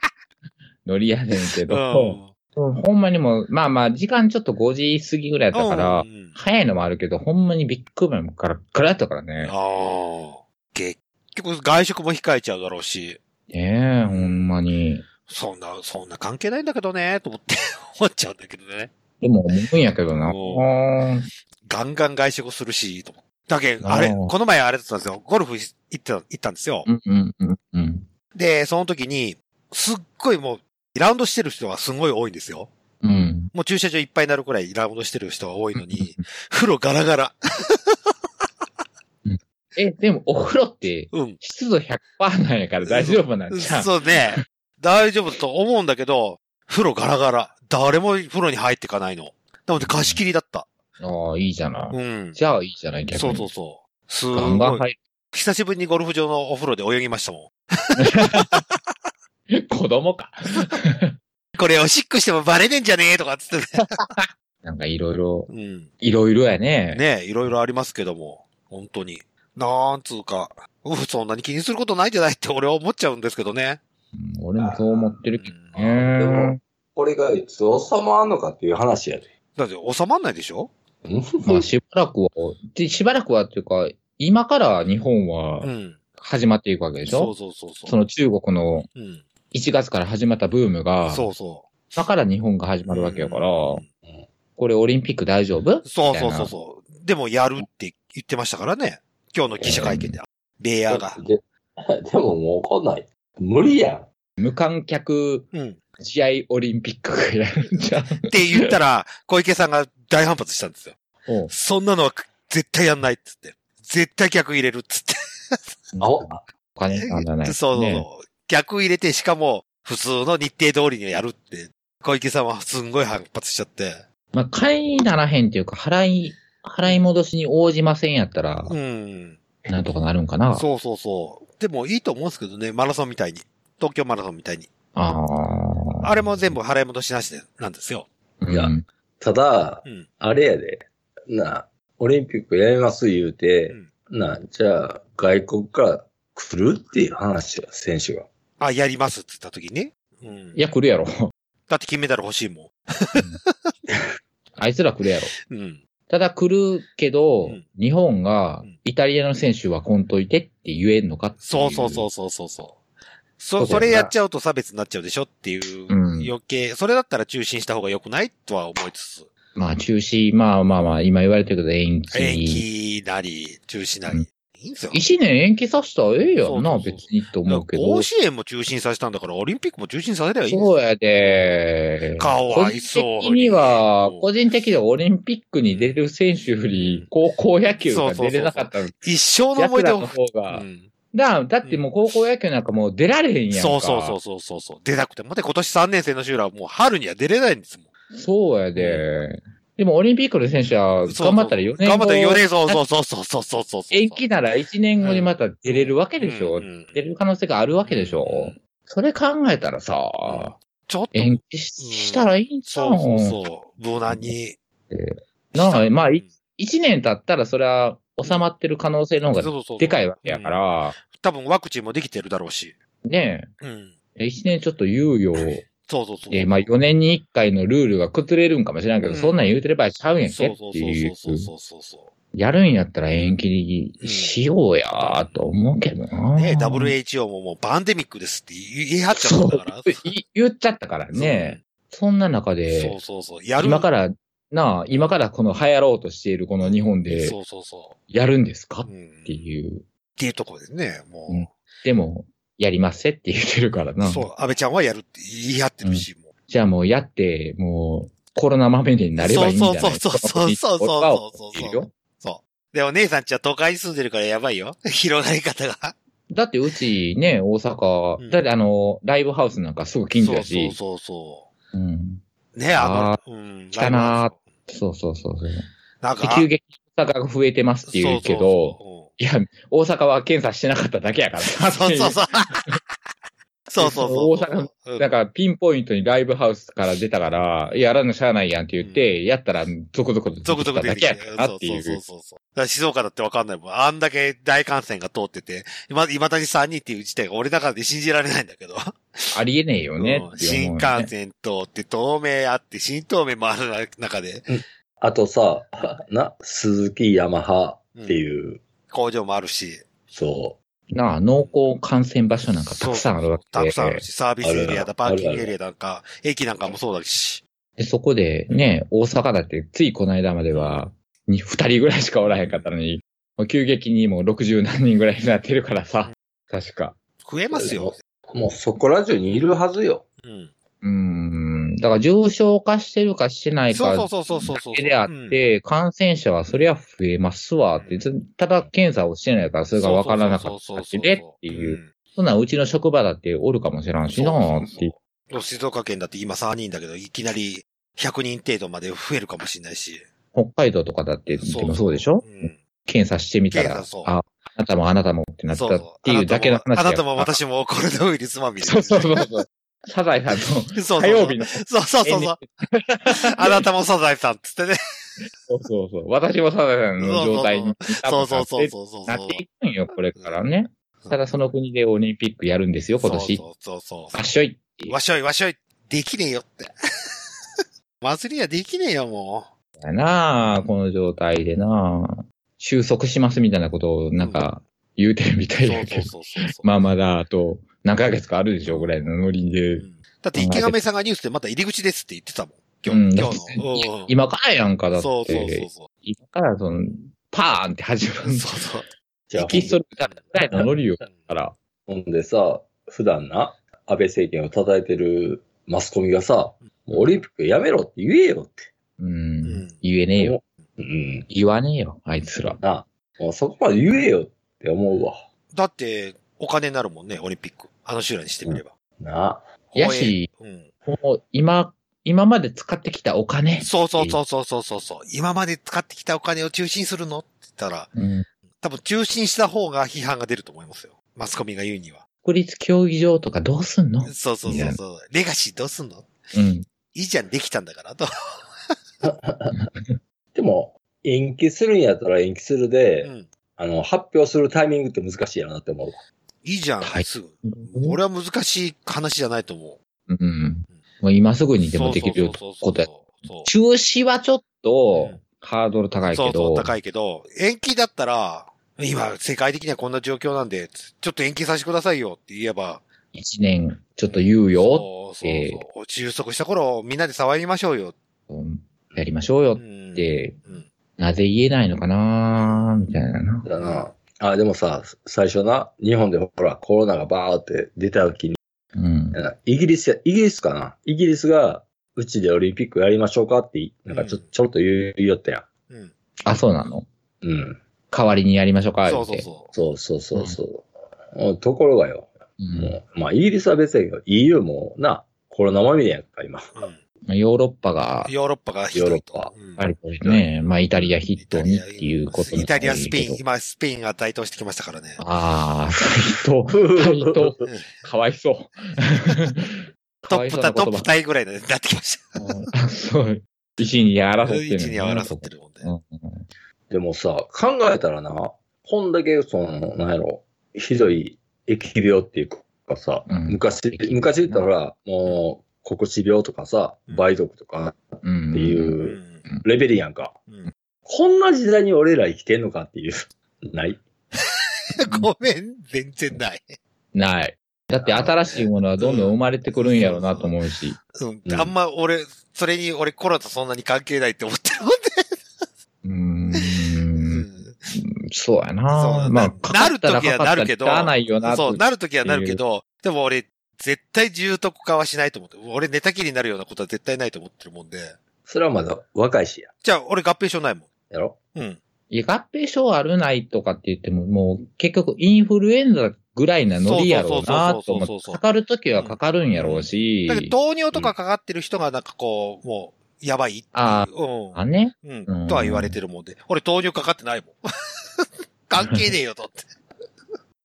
S2: ノリやねんけど、ほんまにもう、まあまあ、時間ちょっと5時過ぎぐらいだったから
S1: う、ん
S2: 早いのもあるけど、ほんまにビッグマンから、からやったからね。
S1: ああ。結局、外食も控えちゃうだろうし、
S2: ねえ、ほんまに。
S1: そんな、そんな関係ないんだけどね、と思って 思っちゃうんだけどね。
S2: でも思うんやけどな。
S1: お
S2: うん
S1: ガンガン外食するし、と思って。だけどあれ、
S2: おう
S1: この前あれだったんですよ。ゴルフ行った、行ったんですよ。
S2: うんうんうんうん。
S1: で、その時に、すっごいもう、ラウンドしてる人がすごい多いんですよ。
S2: うん。
S1: もう駐車場いっぱいになるくらいラウンドしてる人が多いの に、風呂ガラガラ。
S2: え、でもお風呂って
S1: うん。
S2: 湿度100%なんやから大丈夫なんじゃん。
S1: そうね。大丈夫だと思うんだけど、風呂ガラガラ。誰も風呂に入ってかないの。なので貸し切りだった。
S2: ああ、いいじゃない。
S1: うん。
S2: じゃあいいじゃない、逆に。
S1: そうそうそう。す
S2: ガンガン
S1: ごい。
S2: 入
S1: 久しぶりにゴルフ場のお風呂で泳ぎましたも
S2: る。子供か。
S1: ん。これおしっこしてもバレねえんじゃねえとかっつ ってね。
S2: なんかいろいろ、
S1: うん。
S2: いろいろやね。
S1: ねえ、いろいろありますけども。本当に。なんつうか。うん、そんなに気にすることないんじゃないって俺は思っちゃうんですけどね。
S2: うん俺もそう思って
S1: う
S2: るけど
S1: ん。
S3: でも
S2: ね。、
S3: これがいつ収まんのかっていう話やで。
S1: だって収まんないでしょ
S2: まあしばらくは、でしばらくはっていうか、今から日本は
S1: うん。
S2: 始まっていくわけでし
S1: そう
S2: ょ
S1: そうそうそう。
S2: その中国の
S1: うん。
S2: 1月から始まったブームが、
S1: そうそ
S2: だから日本が始
S1: う。
S2: まるわけやから、
S1: うん
S2: これオリンピック大丈夫
S1: そう
S2: みた
S1: そ
S2: いうな
S1: そうそう。でもやるって言ってましたからね。今日の記者会見で。ベアが。
S3: で でももう来ない。無理やん。
S2: 無観客
S1: うん。
S2: 試合オリンピックがやる んじゃん。
S1: って言ったら、小池さんが大反発したんですよ。
S2: おう
S1: そんなのは絶対やんないっつって。絶対客入れるっつって。
S3: あお、
S2: お金なんじゃない、
S1: そうそうそう。
S2: ね
S1: 客入れて、しかも、普通の日程通りにやるって。小池さんはすんごい反発しちゃって。
S2: まあ、買いにならへんっていうか、払い、払い戻しに応じませんやったら、
S1: うん。
S2: なんとかなるんかな。
S1: そうそうそう。でもいいと思うんですけどね、マラソンみたいに。東京マラソンみたいに。
S2: ああ。
S1: あれも全部払い戻しなしで、なんですよ。
S2: うん
S3: いやただ、
S1: うん
S3: あれやで。なあ、オリンピックやります言うて、なあ、じゃあ、外国から来るっていう話や、選手が。
S1: あ、やりますって言った時にね。うん。
S2: いや、来るやろ。
S1: だって金メダル欲しいも
S2: あいつら来るやろ。
S1: ん。うん。
S2: ただ来るけど、
S1: うん
S2: 日本が
S1: うん
S2: イタリアの選手は来んといてって言えんのかってい。
S1: そうそうそううそうそうそう。そ、そ
S2: そ
S1: う
S2: だよな
S1: れやっちゃうと差別になっちゃうでしょっていう
S2: うん
S1: 余計、それだったら中心した方が良くないとは思いつ
S2: まあ中止、まあまあまあ、今言われてるけど延
S1: つ、
S2: 期。
S1: 延期なり、中止な
S2: う
S1: り
S2: ん。
S1: いいんですよ。
S2: 一年延期させたらええやんな、
S1: そうそうそう
S2: 別に
S1: だ
S2: と思
S1: か
S2: うけ
S1: ら
S2: ど
S1: 甲。子園も中心させたんだから、オリンピックも中心させればいいんです
S2: そうやで。
S1: かわいそう
S2: 個人的には
S1: うん、
S2: 個人的にはオリンピックに出る選手より、高校野球が出れなかったの。
S1: 一生の思
S2: 奴
S1: い出
S2: ら
S1: を
S2: の。方
S1: う
S2: が。
S1: ん、
S2: だ、だってもう高校野球なんかもう出られへんやんか。
S1: そうそうそうそうそうそう。出なくても。で、今年3年生の修羅はもう春には出れないんですもん。
S2: そうやで。でもオリンピックの選手は頑張ったら4年
S1: 頑
S2: 後。
S1: 張ったら4年、そうそうそうそうそうそうそうそう。
S2: 延期なら1年後にまた出れるわけでしょ。
S1: うんうん
S2: 出れる可能性があるわけでしょ。
S1: うん
S2: それ考えたらさ、
S1: ちょっと、
S2: 延期したらいいんちゃ
S1: そう
S2: う
S1: そうそう、無難に。
S2: なんかまあ、い一年経ったらそれは収まってる可能性の方が
S1: そうそう
S2: でかいわけやから、
S1: 多分ワクチンもできてるだろうし。
S2: ね
S1: うん。
S2: え、一年ちょっと猶予を、
S1: そうそうそう。
S2: で、まあ4年に1回のルールが崩れるんかもしれんけど、
S1: うん
S2: そんなん言うてればちゃうやんけ
S1: そ
S2: っ
S1: うそう
S2: て
S1: そう
S2: い
S1: そうう。そうそうそうそ
S2: やるんやったら延期しようやと思うけどな。
S1: う。ね WHO ももうバンデミックですって言い張っちゃ
S2: そ
S1: った
S2: う
S1: だか
S2: ん
S1: ら。
S2: い言っちゃったからね。そんな中
S1: そ
S2: で
S1: う、そうそう。やる。
S2: 今から、なあ、今からこの流行ろうとしているこの日本で
S1: そうそうそ
S2: やるんですか
S1: う。う
S2: っ
S1: んって
S2: いう。
S1: ていうところですね。も
S2: うん
S1: う。
S2: でも、やりますせって言ってるからな。
S1: そう、安倍ちゃんはやるって言い張ってるし、もう。
S2: じゃあもうやって、もう、コロナまみれになればいいんじゃない
S1: そうそうそうそうそうそうそうそう
S2: いいよ
S1: で、お姉さんちは都会に住んでるからやばいよ。 広がり方が。
S2: だってうちね、大阪、
S1: うん
S2: だってあの、ライブハウスなんかすぐ近所だし、
S1: そうそうそ
S2: うん
S1: う。ね、あ
S2: あ
S1: の、うん。
S2: 来たなーそうそうそうそう。
S1: なん
S2: で
S1: か、
S2: 急激に大阪が増えてますって言うけど、
S1: そ
S2: いや、大阪は検査してなかっただけやから
S1: うそうそう。そう そうそう。そうそうそう。
S2: う
S1: 阪
S2: んなんか、ピンポイントにライブハウスから出たから、やらぬしゃあないやんって言って、やったら、ゾクゾクと
S1: 続々
S2: だ
S1: でき
S2: けや
S1: て
S2: か
S1: る。
S2: らなっていう。
S1: そうそうそうそう。だから静岡だってわかんないもん。あんだけ大感染が通ってて、いま未だに3人っていう事態が俺の中で信じられないんだけど。
S2: ありえねえよね
S1: うん
S2: って思う
S1: 新
S2: よね
S1: 幹線通って、東名あって、新東名もある中で、
S3: あとさ、な、鈴木ヤマハっていう、
S1: 工場もあるし、
S3: そ
S2: なあ、濃厚感染場所なんかたくさんあるわけで。
S1: たくさんあるし、サービスエリアだ、パ
S3: あるある
S1: ーキングエリアなんか、駅なんかもそうだし。
S2: で、そこでね、大阪だってついこの間までは、に二人ぐらいしかおらへんかったのに、もう急激にもう60何人ぐらいになってるからさ、確か。
S1: 増えますよ。
S3: う。もうそこら中にいるはずよ。
S1: うん。
S2: うーん。だから重症化してるかしてない
S1: そ
S2: か
S1: うそうそうそうそうそう。
S2: だけであって、感染者はそりゃ増えますわって、ずただ検査をしてないからそれが分からなかっただけでっていうう。
S1: ん。
S2: そんなんうちの職場だっておるかもしらんしなーっていう。
S1: 静岡県だって今3人だけど、いきなり100人程度まで増えるかもしれないし。
S2: 北海道とかだって、でもそうでしょ
S1: うん
S2: 検査してみたら
S1: 検査そう、
S2: あ、あなたもあなたもってなった
S1: そ
S2: っ
S1: うそう
S2: ていうだけの話
S1: あなた
S2: や
S1: も
S2: から
S1: 私もコロナウイルスまみれ。
S2: そうそうそうそう。サザエさん
S1: そうそう
S2: の火曜日の。
S1: そうそうそうそう。あなたもサザエさんっつってね。
S2: そうそうそう。私もサザエさんの状態に。
S1: そうそうそうそうそう。
S2: なっていくんよ、これからね。ただその国でオリンピックやるんですよ、今年。
S1: そうそうそうそ
S2: あっしょい。
S1: う。わしょいわしょい。できねえよ って。祭りはできねえよ、も
S2: だなあこの状態でなあ収束しますみたいなことを、なんか、言うてるみ
S1: う。
S2: たい
S1: そう
S2: だ
S1: そ
S2: け
S1: う
S2: ど。
S1: そうそうそう。
S2: まあまだ、あと、何ヶ月かあるでしょ、ぐらいのノリ
S1: う
S2: で。
S1: んだって池上さんがニュースでまた入り口ですって言ってたもん。今
S2: うん
S1: 日、
S2: だ
S1: 今
S2: って
S1: 日の。
S2: 今からやんか、だ
S1: だ
S2: って。
S1: そうそうそうそ
S2: 今から、その、パーンって始ま
S1: う。
S2: る。
S1: そうそう。
S3: じゃあ
S2: エ、キストリーぐらいのノリよ、だ
S1: うん
S2: から。
S3: ほんでさ、普段な、安倍政権を叩いてるマスコミがさ、もうオリンピックやめろって言えよって。
S2: うん
S1: うん。
S2: 言えねえよ。
S3: うん。
S2: 言わねえよ、あいつら。
S3: なあ、もうそこまで言えよって思うわ。
S1: だって、お金になるもんね、オリンピック。あの修羅にしてみれば。
S3: なあ、
S2: やし、
S1: うん。
S2: もう、今、今まで使ってきたお金。
S1: そうそうそうそうそうそうそう。今まで使ってきたお金を中心するのって言ったら、
S2: うん。
S1: 多分中心した方が批判が出ると思いますよ。マスコミが言うには。
S2: 国立競技場とかどうすんの
S1: そうそうそうそう。レガシーどうすんの
S2: うん。
S1: いいじゃん、できたんだからと。
S3: でも、延期するんやったら延期するで、
S1: うん。
S3: あの、発表するタイミングって難しいやろなって思うわ。
S1: いいじゃん、
S2: はい
S1: すぐ。俺は難しい話じゃないと思
S2: うん。もう今すぐ
S1: う。
S2: にでもできる
S1: そうそうそうそう
S2: ことや。
S1: そう
S2: 中止はちょっと
S1: うん、
S2: ハードル高い
S1: そ
S2: け
S1: うそう、
S2: ど、
S1: 高いけど、延期だったら、今、世界的にはこんな状況なんで、ちょっと延期させてくださいよって言えば、
S2: 一年ちょっと言うよ、
S1: そうそ
S2: え
S1: うそう。収束した頃、みんなで騒ぎましょうよ
S2: うんやりましょうよ
S1: っ
S2: っ、て、
S1: うん
S2: なぜ言えないのかなみたいなな。
S3: だな。あ、でもさ、最初な、日本でほら、コロナがバーって出た時に、
S2: うん。
S3: あイギリスや、イギリスかなイギリスが、うちでオリンピックやりましょうかって、なんかちょ、
S1: うん
S3: ちょろっと言うよったや
S1: うん。
S2: あ、そうなの
S3: ん。うん。
S2: 代わりにやりましょうか、
S1: そう
S2: 言
S1: そう
S2: て
S1: そ
S3: そうそうそうそう、うんところがよ、
S2: うん
S3: もう、まあ、イギリスは別だけど、EU もな、コロナまみれやんか、今。
S1: う。うん。
S2: まあヨーロッパが、
S1: ヨーロッパがひ
S3: ヨー
S1: ど
S3: ロ
S1: い
S3: ッ
S1: と。
S3: パ
S1: うん
S2: 割とね、まあイタリアヒットにっていうこと
S1: イタリア、スペイン、
S2: ン。
S1: 今スペインが台頭してきましたからね。
S2: ああ、台頭、台頭、かわいそう。か
S1: ト
S2: わい
S1: ッ
S2: そ
S1: プ
S2: うな
S1: タ、トッ
S2: 言
S1: プ
S2: 葉。
S1: タイぐらいになってきまし。
S2: うんそう。一位に争ったて る
S1: 一
S2: よね。
S1: に争ってるもんね。
S3: でもさ、考えたらな、こんだけ、その、なんやろ、ひどい疫病っていうかさ、
S2: うん
S3: 昔、昔言ったら、もう、黒死病とかさ、
S1: うん
S3: 梅毒とか
S2: うん。うん。
S3: っていうう、
S1: ん。
S3: レベルやんか。
S1: うん
S3: こんな時代に俺ら生きてんのかっていう、 ない
S1: ごめん、 全然ない。
S2: ない。だって新しいものはどんどん生まれてくるんやろうなと思うし。
S1: うん
S3: う。ん
S1: あんま俺、それに俺コロナとそんなに関係ないって思ってるもんね。う
S2: うーん。
S1: ん
S2: そうや
S1: そ
S2: な
S1: う
S2: まあ、
S1: ななるときはなるけど
S2: かかったらかかったらしゃあないよな
S1: そう、
S2: な
S1: なるときはなるけど、でも俺、絶対重篤化はしないと思って、俺寝たきりになるようなことは絶対ないと思ってるもんで。
S3: それはまだ若いしや。
S1: じゃあ、俺合併症ないも
S3: やろ
S1: ん。うん。
S2: いや、合併症あるないとかって言っても、もう結局インフルエンザぐらいなノリやろうな
S1: そうそうそうそ
S2: と
S1: うそ
S2: 思
S1: う
S2: っ
S1: そ
S2: て、
S1: う
S2: かかるときはかかるんやろうし
S1: だ、けど、糖尿とかかかってる人がなんかこう、もう、やばいっていう。
S2: ああね、
S1: うん。う。
S2: うんん
S1: とは言われてるもんで。俺、糖尿かかってないもん。 関係ねえよ、とって。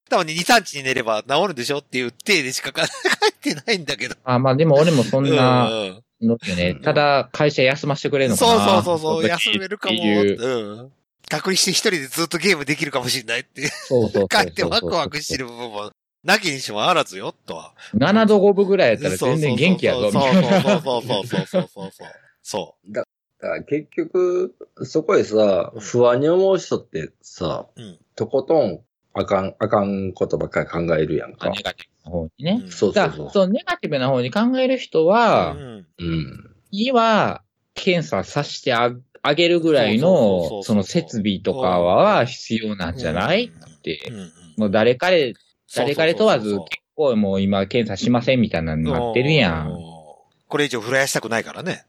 S1: 多分ね、2、3日に寝れば治るんでしょっていう体でしか 書いてないんだけど。
S2: あまあでも俺もそんな
S1: うん
S2: のよね、ただ会社休ませてくれるのか
S1: そうそ
S2: な
S1: うそうそう、
S2: の時
S1: 休めるかも。
S2: っていう
S1: うん。隔離して一人でずっとゲームできるかもしれないっていう、
S2: そうそうそう
S1: 書いてワクワクしてる部分も、なきにしもあらずよ、とは。
S2: 7度5分ぐらいやったら全然元気やぞ、み
S1: そ
S2: た
S1: う
S2: いな。
S1: そうそうそうそうそうそうそう。そ
S3: だから結局、そこでさ、不安に思う人ってさ、
S1: うん
S3: とことん、あかん、あかんことばっかり考えるやんか。
S2: ネガティブな方に
S1: う。
S2: ね。
S1: ん
S3: そうそ
S2: だ
S3: う
S2: か
S3: そう
S2: ら、。そのネガティブな方に考える人
S1: う
S2: は、
S1: ん。
S3: うん。
S2: には検査させてああげるぐらい
S1: そうそうそうそう
S2: の、その設備とかは必要なんじゃない
S1: うん
S2: って
S1: う。ん
S2: もう誰彼、誰彼問わず
S1: そうそ
S2: 結
S1: うそう
S2: 構もう今検査しませんみたいなのに
S1: そう
S2: なってるや。
S1: うんこれ以上増やしたくないからね。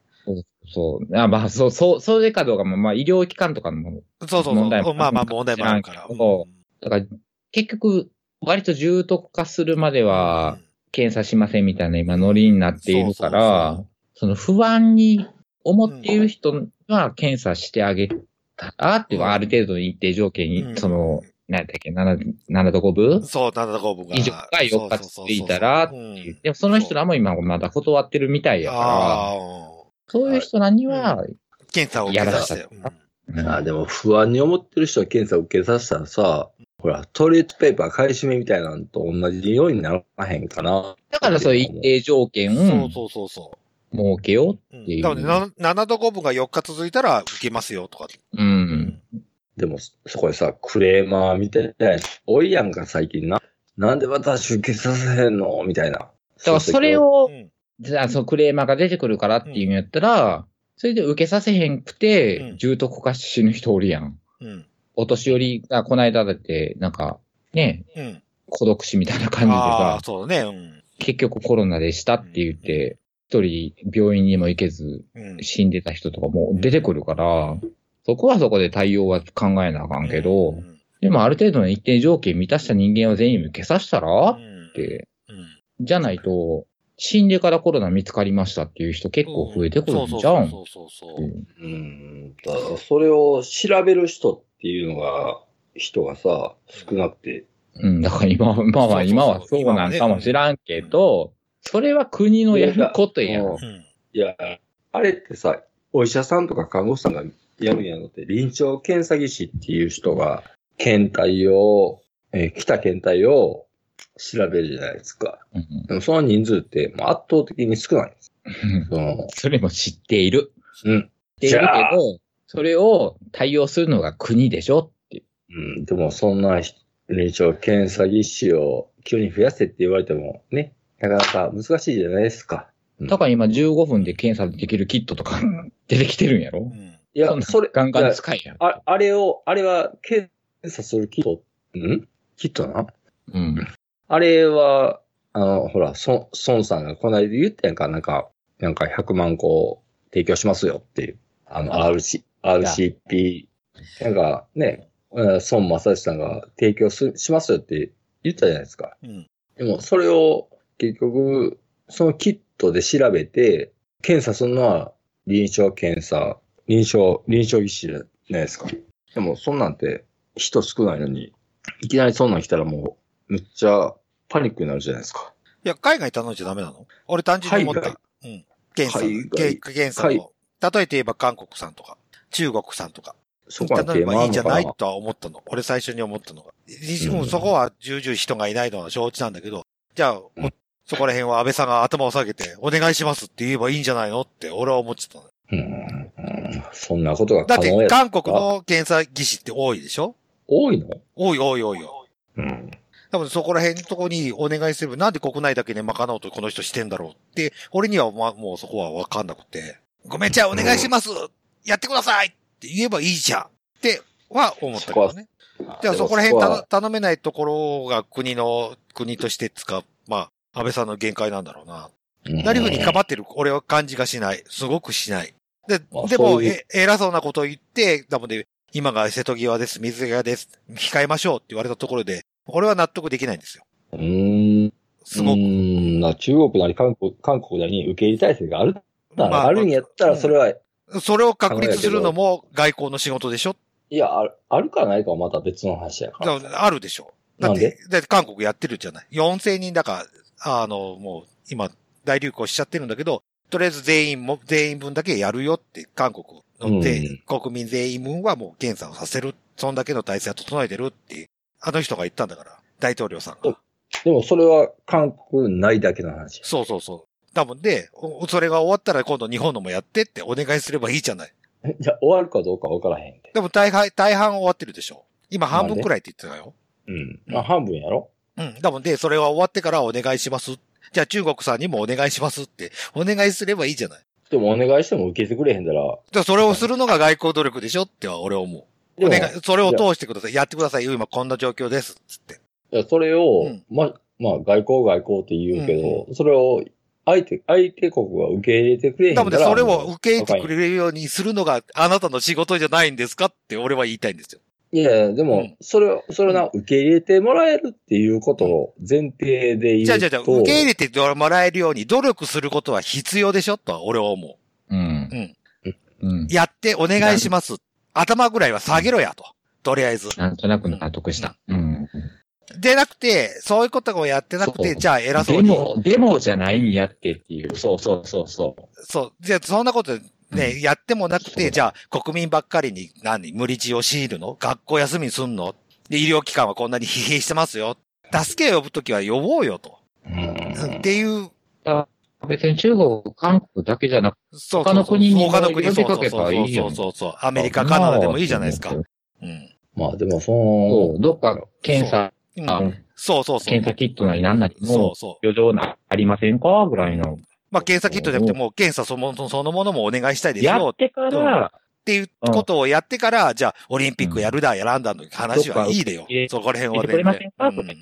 S2: そう。あまあ、そう、そう、それかどうかも、まあ医療機関とかも、
S1: そうそうそう。
S2: 問題も
S1: まあまあ問題もあるから。
S2: 知らんけどだから結局、割と重篤化するまでは、検査しませんみたいな今ノリになっているか
S1: そうそうそ
S2: ら、その不安に思っている人には検査してあげたらっていうのは、ある程度の一定条件
S1: うん
S2: に、その、なんだっけ、7, 7度5分
S1: うんそう、7度5分が。
S2: 以上が4日ついたらって
S1: い
S2: でもその人らも今まだ断ってるみたいやから、
S1: ああ。
S2: そういう人らには、
S1: 検査を受けさせて。うん
S3: あでも不安に思ってる人は検査を受けさせたらさ、ほら、トイレットペーパー買い占めみたいなのと同じようにならへんかな。
S2: だからそういう一定条件
S1: そ
S2: を
S1: うそうそうそ
S2: 設けよ
S1: う。う
S2: ってい
S1: ん
S2: う
S1: だからね、な7度5分が4日続いたら受けますよとか。
S2: う。うん。
S3: でも、そこでさ、クレーマーみたいな、多いやんか、最近な。なんで私受けさせへんのみたいな。だ
S2: だからそれ。を
S1: う、ん
S2: じゃあ、そのクレーマーが出てくるからっていうんやったら、それで受けさせへんく
S1: う
S2: て
S1: ん、
S2: 重篤化して死ぬ人おるやん。
S1: うん。
S2: お年寄りがこの間だって、なんか、ね、
S1: うん。
S2: 孤独死みたいな感じで
S1: ああ
S2: さ
S1: ー、、そうだね。
S2: 結局コロナでしたって言って、一人病院にも行けず
S1: うん。うん
S2: 死んでた人とかも出てくるから、そこはそこで対応は考えなあかんけ
S1: う
S2: ど、
S1: ん
S2: でもある程度の一定条件満たした人間は全員受けさせたらっ
S1: うん
S2: て、
S1: うん
S2: じゃないと、死んでからコロナ見つかりましたっていう人結構増えてくるんじゃん。
S1: そうそうそうそう。
S3: うん、だからそれを調べる人っていうのが、人がさ、少なくて。
S2: うん、だから今は、まあまあ今はそうなんかもしらんけど、それは国のやることやん。
S1: うん
S3: いや、あれってさ、お医者さんとか看護師さんがやるんやのって、臨床検査技師っていう人が、検体を、えー来た検体を調べるじゃないですか。
S2: うん
S3: でもその人数ってもう圧倒的に少ないんです。その、
S2: それも知っている。
S3: うん。
S2: 知ってい
S3: じ
S2: る
S3: ゃ
S2: けど、それを対応するのが国でしょって。
S3: うん、でもそんな人臨床検査技師を急に増やせって言われてもね、なかなか難しいじゃないですか。
S2: だから今15分で検査できるキットとか 出てきてるんやろ
S1: うん
S2: そ
S3: い
S2: ん
S3: や、
S2: な
S3: それ、
S2: ガンガン
S3: い
S2: 使えやん。
S3: やああれを、あれは検査するキット、んキットな
S2: うん。
S3: あれは、あの、ほら、孫孫さんがこないだ言ったやんか、なんか、なんか100万個を提供しますよっていう、あの、RC、RCP、なんかね、えー孫正義さんが提供すしますよって言ったじゃないですか。
S1: うん
S3: でも、それを結局、そのキットで調べて、検査するのは臨床検査、臨床、臨床技師じゃないですか。でも、そんなんて人少ないのに、いきなりそんなん来たらもう、むっちゃパニックになるじゃないですか。
S1: いや、海外頼んじゃダメなの俺単純に思った。うん。原産、
S3: 海
S1: 原
S3: 外
S1: 原産を。例えて言えば韓国産とか、中国産とか。
S3: そこは
S1: 頼
S3: テ
S1: え
S3: ーマ
S1: ば
S3: あ
S1: いい
S3: る
S1: んじゃ
S3: の
S1: な
S3: か
S1: い
S3: な
S1: とは思ったの。俺最初に思ったのが。で
S3: うん
S1: もそこは重々人がいないのは承知なんだけど、じゃあ、おそこら辺は安倍さんが頭を下げて、お願いしますって言えばいいんじゃないのって俺は思っちゃったの。
S3: うんうんそんなことが
S1: だっ
S3: 可能
S1: て、
S3: や。
S1: 韓国の検査技師って多いでしょ
S3: 多いの
S1: 多い多い多いよ。
S3: うん。
S1: 多分そこら辺のとこにお願いすれば、なんで国内だけで賄おうとこの人してんだろうって、俺にはまあもうそこはわかんなくて、ごめん、じゃあお願いします、やってくださいって言えばいいじゃんっては思ったけどね。じゃあそこら辺
S3: でも
S1: 頼
S3: は
S1: 頼めないところが国の、国として使う、まあ、安倍さんの限界なんだろうな。何風にかばってる、俺は感じがしない。すごくしない。で、
S3: あ
S1: で
S3: そ
S1: も、
S3: ういう
S1: え、偉そうなことを言って、だもんで、今が瀬戸際です、水際です、控えましょうって言われたところで、俺は納得できないんですよ。
S3: うーん。
S1: すご
S3: う
S1: く。
S3: ーんな中国なり韓国韓国なりに受け入れ体制があるなら、
S1: まあ
S3: あ、るんやったらそれは、い
S1: それを確立するのも外交の仕事でしょ
S3: や、あるあるかないかはまた別の話やか
S1: だ
S3: ら。
S1: あるでしょだっ
S3: なん
S1: て、だって韓国やってるじゃない。4000人だから、あの、もう今大流行しちゃってるんだけど、とりあえず全員も、全員分だけやるよって、韓国の全員、国民全員分はもう検査をさせる。そんだけの体制は整えてるって、あの人が言ったんだから、大統領さんが。
S3: でもそれは韓国ないだけの話。
S1: そうそうそう。だもんで、おそれが終わったら今度日本のもやってってお願いすればいいじゃない。
S3: じゃ終わるかどうかわからへんって。
S1: でも大半、大半終わってるでしょ今半分くらいって言ってたよ。
S3: うん。まあ半分やろ
S1: うん。だもんで、それは終わってからお願いします。じゃあ中国さんにもお願いしますって、お願いすればいいじゃない。
S3: でもお願いしても受けてくれへんだら、
S1: じゃあそれをするのが外交努力でしょっては俺は思う。
S3: で
S1: お
S3: も
S1: 願い、それを通してください。やってくださいよ。今こんな状況です。つって。
S3: いやそれを、
S1: うん
S3: ま、まあ外交外交って言うけど、それを相手、相手国が受け入れてくれへん
S1: 多
S3: か
S1: 分
S3: ら。
S1: ね、それを受け入れてく
S3: る。
S1: れるようにするのがあなたの仕事じゃないんですかって俺は言いたいんですよ。
S3: いやいや、で
S1: う
S3: も
S1: ん、
S3: それを、それをな、受け入れてもらえるっていうことを前提で言うと。
S1: じゃあじゃあじゃあ受け入れてもらえるように努力することは必要でしょとは俺は思
S2: うん。うん。
S1: う。やってお願いします。頭ぐらいは下げろやと。とりあえず。
S2: なんとなく納得した。うん。
S1: でなくて、そういうことをやってなくて、
S2: そう
S1: じゃあ偉そう
S2: で
S1: に。
S2: も、でもじゃないんやってっていう。そうそうそうそ
S1: そう。じゃあ、そんなことね、
S2: う
S1: やってもなく
S2: そう
S1: て、
S2: だ
S1: じゃあ、国民ばっかりに、何、無理強いを強いるの学校休みにすんので、医療機関はこんなに 疲弊してますよ。助けを呼ぶときは呼ぼうよと。っていう、
S2: う。別に中国、韓国だけじゃなくて、
S1: そうそうそう
S2: 他の国に
S1: 他の国
S2: 呼
S1: そう
S2: びか
S1: そう
S2: けた
S1: そ
S2: らいうい
S1: そ
S2: よ
S1: う
S2: ね
S1: そうそう。アメリカ、カナダでもいいじゃないですか。うん。
S3: まあでも、その、
S2: そう、どっか検査、
S1: うん
S2: あ
S1: そうそうそう
S2: 検。査キットなりなんなり
S1: そ
S2: の
S1: うそう。
S2: 余剰なありませんかぐらいの。
S1: まあ、検査キットじゃなくて、もう検査そのものそのものもお願いしたいです
S2: や
S1: よ
S2: っ。てから、
S1: っていうことをやってから、じゃあ、オリンピックやるだ、やらんだの話はいいでよ
S2: どっか受け入。れ
S1: そこら辺
S2: 入
S1: は
S2: れてくれませんか
S1: う
S2: と
S1: ん
S2: か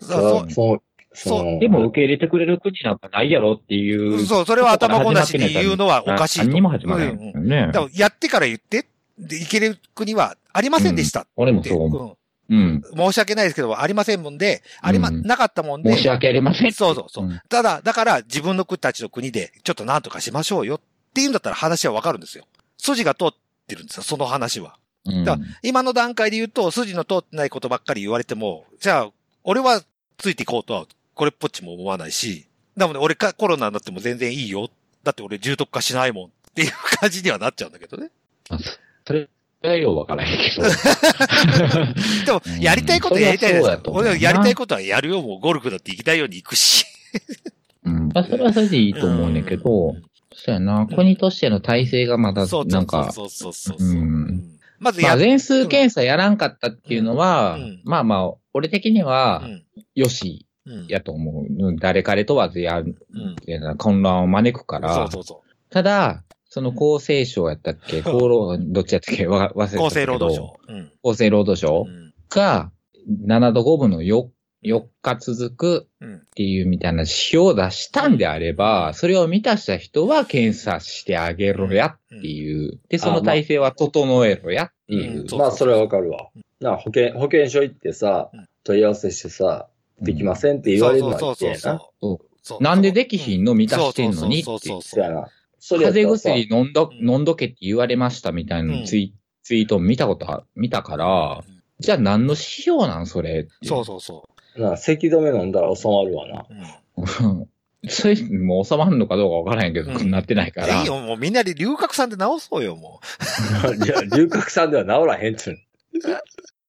S2: そ
S1: そうそう
S3: その、そ
S1: そ
S3: の、
S2: でも受け入れてくれる国なんかないやろっていう。
S1: そう、それは頭ごなしに言うのはおかしいと。
S2: 何にも始まらな
S1: う
S2: い
S1: んうん
S2: ですよね
S1: だ。からやってから言って、で、行ける国はありませんでしたっ
S2: 俺も
S1: て、
S2: そう思
S1: うん
S2: う。うん。
S1: 申し訳ないですけど、ありませんもんで、ありま、
S2: うん
S1: なかったもんで
S2: 申、し訳ありません。
S1: そうそうそう。
S2: ん
S1: ただ、だから自分の国たちの国で、ちょっとなんとかしましょうよっていうんだったら話はわかるんですよ。筋が通ってるんですよ、その話は。
S2: うん
S1: だ今の段階で言うと、筋の通ってないことばっかり言われても、じゃあ、俺はついていこうとは、これっぽっちも思わないし、なので俺かコロナになっても全然いいよ。だって俺重篤化しないもんっていう感じにはなっちゃうんだけどね。
S2: それはようわからへ んけど。
S1: でも
S2: うん、
S1: やりたいことはやりたいで
S2: そ
S1: す
S2: りゃそうだと思う
S1: 俺
S2: な
S1: はやりたいことはやるよ。もうゴルフだって行きたいように行くし。
S2: うん。まあ、それはそれでいいと思うねんだけど、
S1: うん
S2: そうやな、国としての体制がまだ
S1: そう、、
S2: なんか、
S1: そうそうそうそう。
S2: うん
S1: うんまず
S2: ま
S1: や
S2: あ、全数検査やらんかったっていうのは、
S1: うんうん
S2: まあまあ、俺的には、よし、
S1: うんうん
S2: やと思う。誰彼問わずやる、
S1: うん
S2: 混乱を招くから、
S1: そうそうそ
S2: ただ、その厚生省やったっけ、厚労、どっちやったっけ、わ忘れたけ
S1: う。厚生
S2: ど。
S1: 労働省。うん。
S2: 厚生労働省
S1: うん
S2: が、7度5分の 4, 4日続く
S1: うん
S2: っていうみたいな指標を出したんであれば、それを満たした人は検査してあげろやっていう。で、その体制は整えろやっていう。
S1: うんそう
S3: まあ、それはわかるわ。なあ保険、保険所行ってさ
S1: うん、
S3: 問い合わせしてさ、できませんって言われるのは嫌やな。
S1: そうそう
S2: なんでできひんの満たしてんのにって
S1: そうそう
S3: そ
S1: そうう
S3: や
S1: そう。
S3: な。それやっ
S2: 風
S3: たら
S2: 邪
S3: さ
S2: 薬飲んど、
S1: うん
S2: 飲んどけって言われましたみたいなツイ,、ツイート見たことあ、見たから、じゃあ何の指標なんそれって。
S1: そうそうそ
S3: なあ、咳止め飲んだら収まるわな。
S1: う。うん
S2: そういうのも収まるのかどうかわからへんけど、
S1: うん
S2: なってないから。
S1: いいよ、もうみんなで龍角さんで直そうよ、も
S3: いや、龍角さんでは治らへんっつう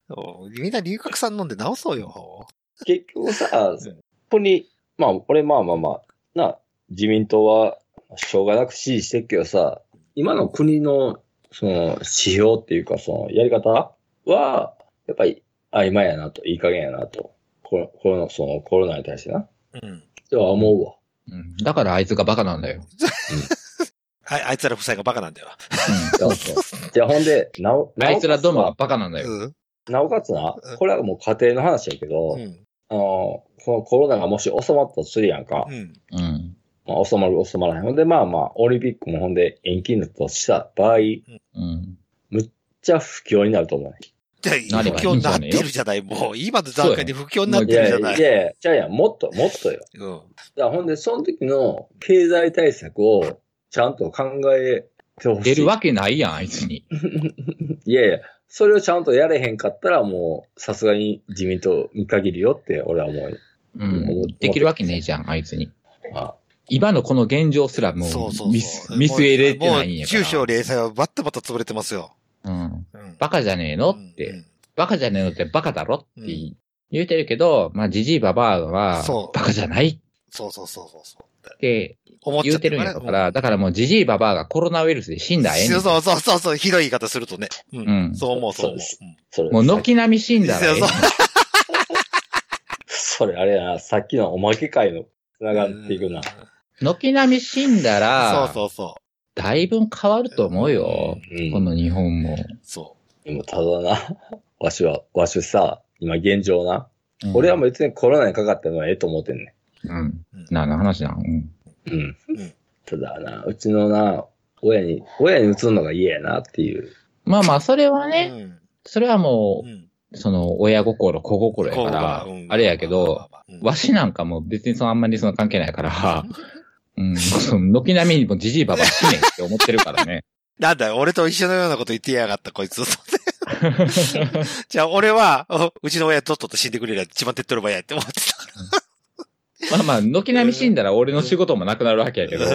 S1: ううん。みんな龍角さん飲んで直そうよ。
S3: 結局さ、そこに、まあ、俺まあまあまあ、な、自民党は、しょうがなく支持してるけどさ、今の国の、その、指標っていうか、その、やり方は、やっぱり、曖昧やなと、いい加減やなと。この、この、その、コロナに対してな。
S1: うん。
S3: では思うわ。
S2: うんだからあいつがバカなんだよ。
S1: ああいつら夫妻がバカなんだよ。
S2: う
S3: そうそうじゃあほんで、なお、
S2: ん
S3: なお
S2: あいつらどもはバカなんだよ。
S1: うん。
S3: なおかつな、これはもう家庭の話やけど、
S1: うん。
S3: あの、このコロナがもし収まったとするやんか。
S1: うん。
S2: うん。
S3: まあ、収まる収まらへん。ほんで、まあまあ、オリンピックもほんで延期になったとした場合、めっ
S2: うん。
S3: ちゃ不況になると思うね。
S1: じゃあ、
S2: 何
S1: 不
S2: が
S1: 況になってるじゃない。もう、今の段階で不況になっ
S3: い
S1: て
S3: や
S1: る
S3: い
S1: じ
S3: や
S1: ゃ
S3: い
S1: な
S3: や
S1: い。
S3: いや、じゃあや、もっと、もっとよ。
S1: うん。
S3: だからほんで、その時の経済対策をちゃんと考えてほしい。
S2: 出るわけないやん、あいつに。
S3: いやいや、それをちゃんとやれへんかったら、もう、さすがに自民党見限るよって、俺は思う。
S2: うん。できるわけねえじゃん、あいつに。
S3: あ
S2: 今のこの現状すらも
S1: そうそうそ
S2: う
S1: う
S2: 見す見据えれてないん
S1: も
S2: や
S1: う
S2: か
S1: 中
S2: ら。
S1: 小零細はバッタバタ潰れてますよ。
S2: うん。
S1: うん。
S2: バカじゃねえのって。
S1: うん。
S2: バカじゃねえのってバカだろって
S1: う
S2: 言うてるけど、まあ、じじいばばあは
S1: そ、う
S2: バカじゃない
S1: そうそうそうそうそう。
S2: って
S1: 思っち
S2: 言
S1: ゃっ
S2: うて
S1: て
S2: るんや
S1: か
S2: からら、だからもうじじいばばあがコロナウイルスで死んだらええね。
S1: そうんそうそうそうそう、ひどい言い方するとね。う
S2: うん
S1: ん。そう思う、そう思う。
S3: そ
S1: う
S3: う
S1: ん
S3: それ
S2: もう軒並み死んだらええねん
S1: そう
S3: それあれやな、さっきのおまけ会の繋がっていくな。
S2: 軒並み死んだ
S1: そう
S2: ら、
S1: そうそ
S2: だいぶん変わると思うよ。
S3: うん
S2: この日本も。
S1: う。そ
S3: でもただな、わしは、わしさ、今現状な、
S2: うん
S3: 俺はもう別にコロナにかかったのはええと思ってんね
S2: うん。
S1: う。うん
S2: 何の話なんうん。
S3: ん。うん。
S1: うん
S3: ただな、うちのな、親に、親に移るのが嫌やなっていう。
S2: まあまあ、それはね、
S1: うん
S2: それはも
S1: う
S2: う、
S1: ん。
S2: その、親心、子心や
S1: こう
S2: から
S1: うん、
S2: あれやけど、、
S1: うん
S2: わしなんかもう別にそのあんまりその関係ないから、 うん、その軒並みにもじじいばば死ねって思ってるか らね。
S1: なんだよ、俺と一緒のようなこと言ってやがった、こいつ。じゃあ、俺は、 おうちの親とっとと死んでくれりゃ一番手っ取ればやって思って
S2: まあまあ、軒並み死んだら俺の仕事もなくなるわけやけど、
S1: た。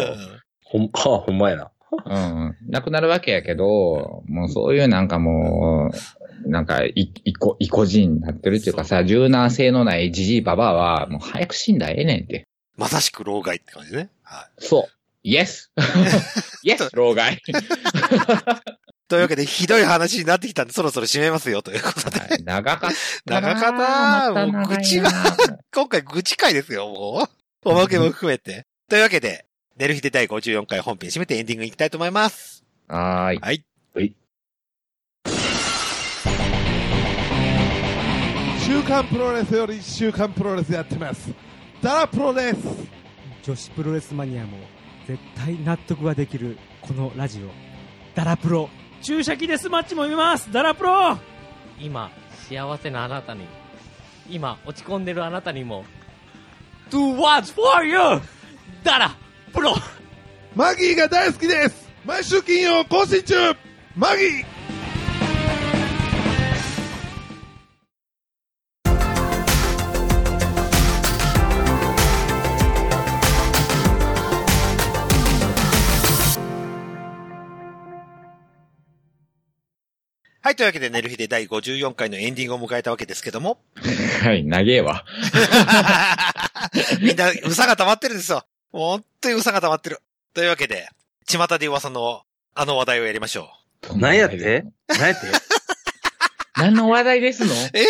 S3: ほん、あ、 ほんまやな。
S2: うん、なくなるわけやけど、もうそういうなんかもう、なんか、い、いこ、いこじになってるっていうかさ、柔軟性のないじじいばばは、もう早く死んだらええねんって。
S1: まさしく老害って感じね。はい。
S2: そう。イエ スイエス老害、
S1: というわけで、ひどい話になってきたんで、そろそろ締めますよ、ということで。
S2: はい長かったな。
S1: 長かったな
S2: ま
S1: もう
S2: 長いな
S1: 口が 今回、愚痴会ですよ、もう。おまけも含めて。というわけで、寝る日で第54回本編締めてエンディングいきたいと思います。
S2: はーい。
S6: 週刊プロレスより週刊プロレスやってますダラプロです
S7: 女子プロレスマニアも絶対納得ができるこのラジオダラプロ
S4: 注射器デスマッチも見ますダラプロ
S8: 今幸せなあなたに今落ち込んでるあなたにも
S4: !Do what's for you!
S8: ダラプロ
S6: マギーが大好きです毎週金曜更新中マギー
S1: はい、というわけで、寝る日で第54回のエンディングを迎えたわけですけども。
S2: はい、長えわ。
S1: みんな、うさが溜まってるんですよ。もう本当にうさが溜まってる。というわけで、巷で噂のあの話題をやりましょ
S3: 何やって何やって
S2: 何の話題ですの
S1: う。え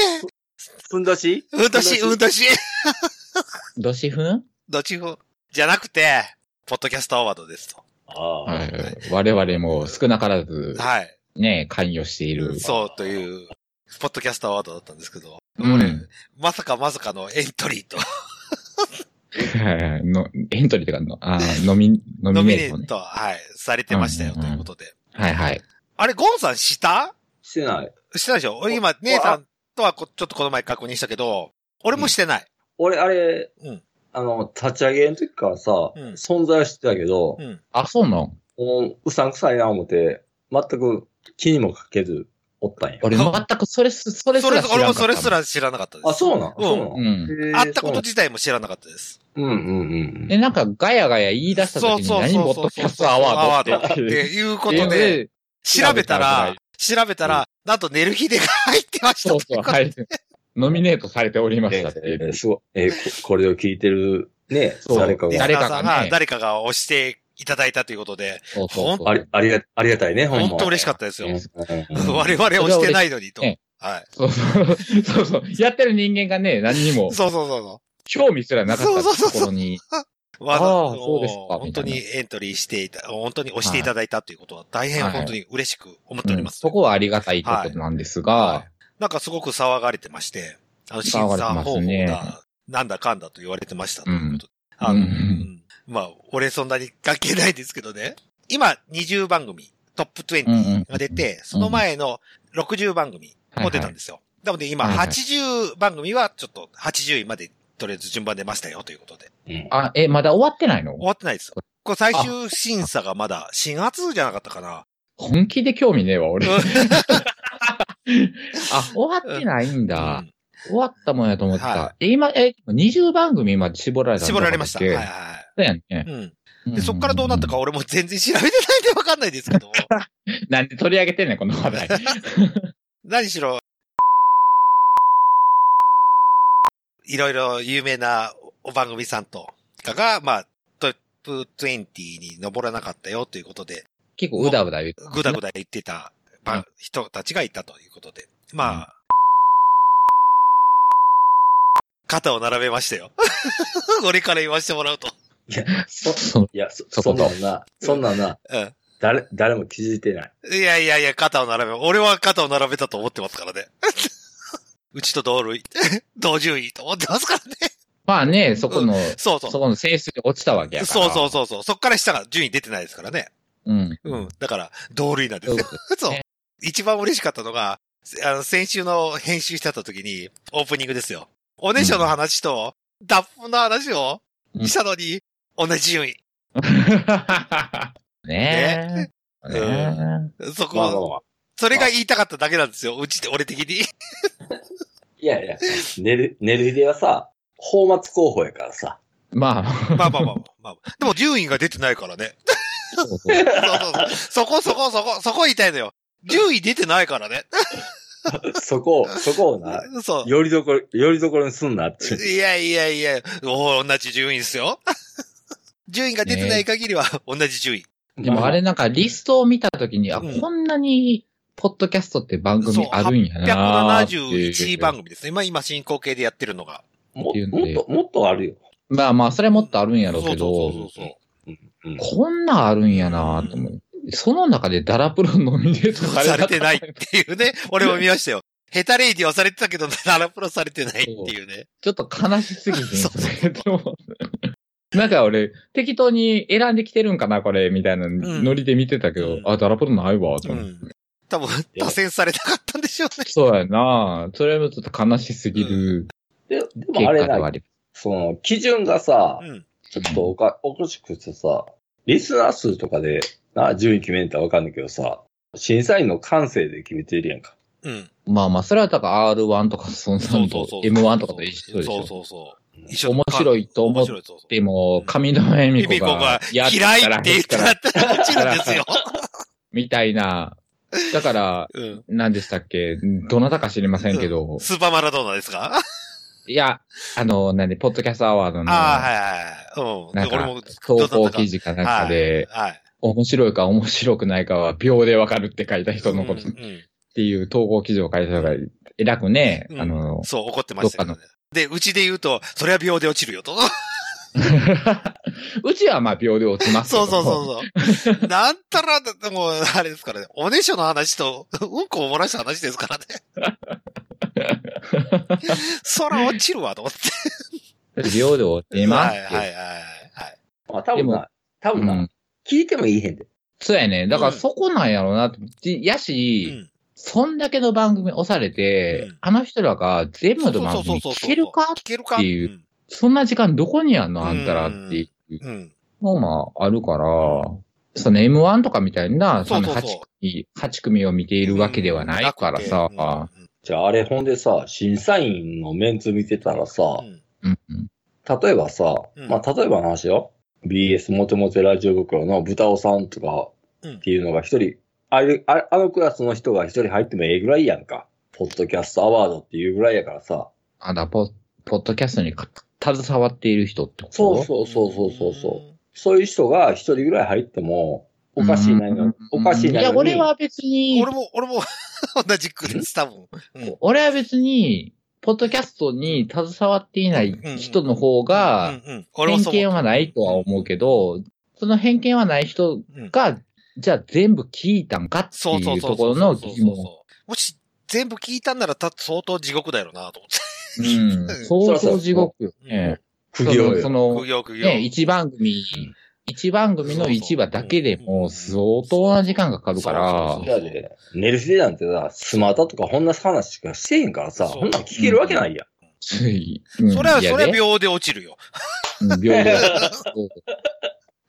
S3: ふんどし
S1: うんどし、うんどし、
S2: どしふん
S1: どちふ、じゃなくて、ポッドキャストアワードですと。
S3: ああ、
S2: はい。我々も少なからず、
S1: はい。
S2: ね、関与している。
S1: そうという、ポッドキャストアワードだったんですけど、
S2: うん
S1: 俺まさかまさかのエントリーと、
S2: はいはいのエントリーとかの、あーノミ、ノ
S1: ノ
S2: ミ
S1: ミネ
S2: ネート
S1: ー
S2: ね。
S1: ト、はい、されてましたよ、
S2: うん
S1: ということで。
S2: はいはい。
S1: あれ、ゴンさんした
S3: してない。
S1: したでしょ俺今、姉さんとはこちょっとこの前確認したけど、俺もしてない。
S3: 俺、あれ、
S1: うん
S3: あの、立ち上げの時からさ、
S1: うん
S3: 存在は知ってたけど、
S1: うん。
S2: あ、そうなん
S3: もう、うさんくさいな思って、全く気にもかけず、おったんや。
S2: 俺、全くそれす、それす
S1: そ
S2: ら
S1: れ
S2: 知、らん
S1: 俺
S2: か
S1: も
S2: った
S1: それすら知らなかったです。
S3: あ、そうなんそうな
S2: うんん。
S3: へー
S1: 会ったこと
S3: そ
S1: 自体も知らなかったです。
S3: うなんうんうんう
S2: で、なんか、ガヤガヤ言い出した時に何ボットキャストアワード
S1: っていうこ
S2: っていう
S1: と
S2: の
S1: で、
S2: で、
S1: 調べたら、調べた
S2: う
S1: ら、なんと寝る日で入ってました
S2: そ
S1: っ
S2: う
S1: てい
S2: そうう、
S1: こと。
S2: はい。ノミネートされておりま
S3: ん。え
S2: したっていう。
S3: ーすごい。えーここれを聞いてる、ね、
S2: そう
S3: 誰か
S1: リス
S3: が
S1: ナ
S2: 誰。
S1: ー
S2: か
S1: さ
S2: が
S1: ん
S2: ね
S1: が、誰かが押していただいたということで、
S2: そうそうそう
S3: あり、ありが、ありがたいね、ほんま。
S1: 本当嬉しかったですよ。
S3: うんうんう ん
S1: 我々押してないのにと。
S2: え
S1: はい。
S2: そうそう。そうそう。やってる人間がね、何にも
S1: そうそうそうそ
S2: 興味すらなかったところ
S1: う。
S2: に、
S1: わざ
S2: ああそうですか
S1: もう本当に
S2: み
S1: エントリーしていた、本当に押していただいたということは大変
S2: はい
S1: 本当に嬉しく思ってお
S2: う
S1: り
S2: ん
S1: ます。
S2: そこはありがたいことなんですが、
S1: なんかすごく騒がれてまして、あの、審
S2: 騒がれて
S1: 査
S2: ま
S1: 方法
S2: すね
S1: が、なんだかんだと言われてましたということで。
S2: うん
S1: あの、
S2: うん
S1: うんまあ、俺そんなに関係ないですけどね。今、20番組、トップ20が出て、その前の60番組も出たんですよ。なので今、
S2: はいはい
S1: 80番組はちょっと80位まで、とりあえず順番出ましたよということで。
S3: うん
S2: あ、え、まだ終わってないの
S1: 終わってないですよ。こう最終審査がまだ4月じゃなかったかな。
S2: 本気で興味ねえわ、俺。
S1: うん
S2: あ、終わってないんだ。終わったもんやと思って
S1: は
S2: た。え今、え、20番組まで絞られたんだ
S1: 絞られました。
S2: だ
S1: はい
S2: っ
S1: は
S2: け
S1: いは
S2: そうやんね
S1: い。。うん。
S2: うん
S1: で、そっからどうなったか。俺も全然調べてないんでわかんないです けど、
S2: なんで取り上げてんねん、この話題。
S1: 何しろ、いろいろ有名なお番組さんとかが、まあ、トップ20に登らなかったよということで、
S2: 結構うだうだ言う。
S1: ぐだぐだ言ってた、まあ人たちがいたということで、まあ、肩を並べましたよ。 俺から言わせてもらうと。
S2: そう。
S3: いや、そ、
S2: そ
S3: そ
S2: こ
S3: ん
S2: と
S3: なんな、そんなんな、
S1: うん。
S3: 誰、誰も気づいてない。
S1: いやいやいや、肩を並べ、俺は肩を並べたと思ってますからね。 うちと同類、 同順位と思ってますからね。
S2: まあね、そこの、
S1: そうそう。
S2: そこの選出に落ちたわけやから。
S1: そうそうそうそう。そっから下が順位出てないですからね。
S2: う。うん。
S1: うん。だから、同類なんです
S2: そういう
S1: よ。
S2: こ と
S1: そう。一番嬉しかったのが、あの、先週の編集してた時に、オープニングですよ。おねしょの話と、脱粉の話をしたのに、同じ順位。
S2: ねえ。
S1: ね
S2: ね
S1: そ
S3: まあまあ
S1: こ、
S3: まあ。
S1: それが言いたかっただけなんですよ。うち、俺的に。
S3: いやいや、寝る、寝るではさ、放末候補やからさ。
S2: え。まあ、
S1: まあまあまあまあまあ。でも順位が出てないからね。
S2: そうそう
S1: そうそうそう。そこそこそこ、そこ言いたいのよ。順位出てないからね。
S3: そ こを、そこをな、
S1: そ
S3: よりどころ、よりどころにすんなっていう
S1: う。。いやいやいや、おー同じ順位ですよ。 順位が出てない限りは同じ順位。
S2: でもあれなんかリストを見たときに、あ、
S1: うん
S2: こんなに、ポッドキャストって番組あるんやなーっていう。
S1: 171番組ですね。今、今進行形でやってるのが。
S3: も
S2: っていうの
S3: もっ
S2: で
S3: と、もっとあるよ。
S2: まあまあ、それもっとあるんやろうけ
S1: そうそう
S2: ど、
S1: そうそう
S3: うん
S2: こんなんあるんやなーと思う。その中でダラプロノミネート
S1: さ
S2: さ
S1: れ
S2: れ
S1: てないっていう ね。俺も見ましたよ。ヘタレイディはされてたけど、ナラプロされてないっていうね。
S2: ちょっと悲しすぎて、
S1: そう
S2: それでもなんか俺、適当に選んできてるんかな、これ、みたいなノリで見てたけど、
S1: うん
S2: あ、ダラプロないわ、と
S1: う
S2: 思って
S1: ん。多分、打線されなかったんでしょうね。
S2: そうやなそれもちょっと悲しすぎる
S3: で、で
S2: 結
S3: もあ
S2: 果
S3: れ
S2: ではあ
S3: な、
S2: り
S3: その、基準がさ
S1: う、ん。
S3: ちょっとおか、おかしくてさ、リスナー数とかで、な、順位決めんとわかんないけどさ、審査員の感性で決めてるやんか。
S1: うん。
S2: まあまあ、それはだから R1 とか、そんな
S1: そ
S2: の
S1: うそ
S2: と
S1: うそう。
S2: M1 とかと一緒でしょ。
S1: そうそうそう。一緒
S2: 面白いと思っ
S1: 面白いそうそう
S2: ても、上沼恵美
S1: ミ
S2: 子
S1: ミコが
S2: が
S1: 嫌いって言ったら落ちるんですよ。
S2: みたいな。だから、
S1: うん。
S2: 何でしたっけどなたか知りませんけど、
S1: スーパーマラドーナですか
S2: いや、あの、何、ポッドキャストアワードの、
S1: ああ、はいはいは
S2: なん
S1: い。うん。俺も
S2: か、投稿記事かなんかで、
S1: はい。
S2: 面白いか面白くないかは秒でわかるって書いた人のこと
S1: う
S2: っ
S1: んうん
S2: ていう投稿記事を書いた人が、偉くね、
S1: うん
S2: あの、
S1: そう、怒ってましたけどね。で、うちで言うと、それは秒で落ちるよ と。
S2: うちはまあ秒で落ちますけ
S1: そ
S2: ど。
S1: うそうそうそう。 なんたら、でも、あれですからね。おねしょの話と、うんこを漏らした話ですからね。 そら落ちるわ、と思って。
S2: 秒で落ちま
S1: は
S2: す
S1: い
S2: って。
S1: はいはいはい。
S3: まあ、多
S2: で
S3: 分
S2: も
S3: な、多
S2: う
S3: 分
S2: ん
S3: な、聞いてもいいへんで。
S2: そうやね。だから
S1: うん
S2: そこなんやろうなって。じやし、
S1: うん
S2: そんだけの番組押されて、
S1: うん
S2: あの人らが全部の
S1: そ
S2: 番
S1: うそうそう
S2: 組
S1: そう
S2: 聞けるか
S1: 聞けるか
S2: っていうそんな時間どこにあんのあんたらっていう
S1: うん。うん
S2: のもあるから、その M1 とかみたいな、
S1: そ
S2: そうの
S1: そうそう
S2: 8, 組8組を見ているわけではないからさ
S1: うん、なくて
S3: じゃああれほんでさ、審査員のメンツ見てたらさ、
S1: うんうん
S2: うんうん
S3: 例えばさ、
S1: うん
S3: まあ例えばの話よ。BS モテモテラジオ袋の豚尾さんとか
S1: うん
S3: っていうのが一人、あれ、あれあのクラスの人が一人入ってもええぐらいやんか。ポッドキャストアワードっていうぐらいやからさ。
S2: あだポ、ポッドキャストにか携わっている人ってこと
S3: そうそうそうそうそうそう。そういう人が一人ぐらい入っても、おかしいな
S2: う
S3: よ
S2: ん。
S3: おかしいなよ。
S2: いや、俺は別に
S1: 俺、も、俺も 同じくです、多分。うん
S2: 俺は別に、ポッドキャストに携わっていない人の方
S1: う
S2: が、
S1: んうん、俺も
S2: 偏
S1: そう
S2: 見
S1: 思う。
S2: はないとは思うけど、その偏見はない人が、じゃあ全部聞いたんかって
S1: そう
S2: い
S1: そう
S2: う
S1: そう
S2: と
S1: そ
S2: こ
S1: うそ
S2: ろ
S1: う
S2: の
S1: そう
S2: 疑問。
S1: もし全部聞いたんならた相当地獄だよなと思って。
S2: うん。
S3: そ
S2: 相
S3: らそ
S2: 当
S3: う
S2: 地獄 よね。
S3: 苦
S2: そ
S3: 行
S2: の、そ
S3: よ。
S2: の
S1: 苦、行苦行。
S2: ね、一番組、一番組の一話だけでも相当な時間がかかるか
S1: そう
S2: ら
S1: そう
S3: い、やで、寝る日なんてさ、スマタとかこんな話しかしてへんからさ、
S1: そう
S3: こんなん聞けるわけないやん。
S2: つい、うん
S1: それは、
S2: いや
S1: そ
S2: で
S1: れは秒で落ちるよ。
S2: うん秒で。そう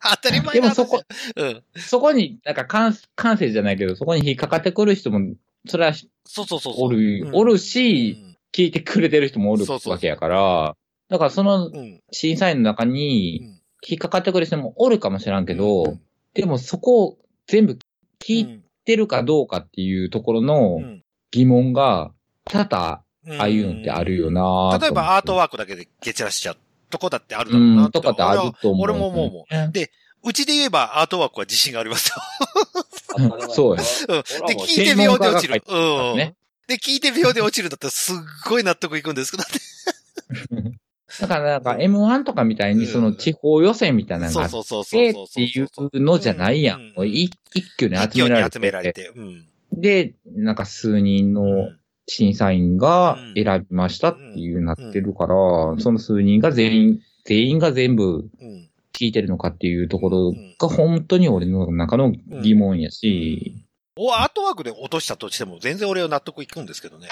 S1: 当たり前
S2: で
S1: な
S2: も
S1: 話
S2: そこ、
S1: うん。
S2: そこに、なんか感、感性じゃないけど、そこに引っかかってくる人も、それはし
S1: そうそうそうそう。
S2: おる、
S1: うん
S2: おるし、、聞いてくれてる人もおる
S1: そうそう
S2: わけやから、だからその
S1: うん。うん
S2: 審査員の中に
S1: うん
S2: 引っかかってくる人もおるかもしらんけど、
S1: うん
S2: でもそこを全部聞い
S1: うん
S2: てるかどうかっていうところ
S1: う
S2: の
S1: ん
S2: 疑問が、多々、
S1: うん
S2: ああいうのってあるよなぁと
S1: 例えばアート
S2: は、
S1: ワークだけでゲチャラしちゃうとこだってあるだろう
S2: う、
S1: なん
S2: とかってあると思う。
S1: 俺は俺も思うもん。
S2: うん。
S1: うちで言えばアートワークは自信がありますよ。
S2: そうや。
S1: うんで、聞いて秒で落ちる。うん。
S2: ね
S1: で、聞いて秒で落ちるんだったらすっごい納得いくんですけどね。
S2: だからなんか M1 とかみたいにその地方予選みたいなのが
S1: そう
S2: あって
S1: そうそうそう
S2: で
S1: そう。
S2: っていうのじゃないや
S1: うん
S2: ん。もう一一挙に
S1: 一
S2: 集
S1: 挙
S2: められ
S1: に
S2: て。
S1: 集められて。うん。
S2: で、なんか数人の審査員が選びましたっていうなってるから、その数人が全員、全員が全部
S1: うん。
S2: 聞いてるのかっていうところが本当に俺の中の疑問やし、
S1: お、アートワークで落としたとしても全然俺は納得いくんですけどね。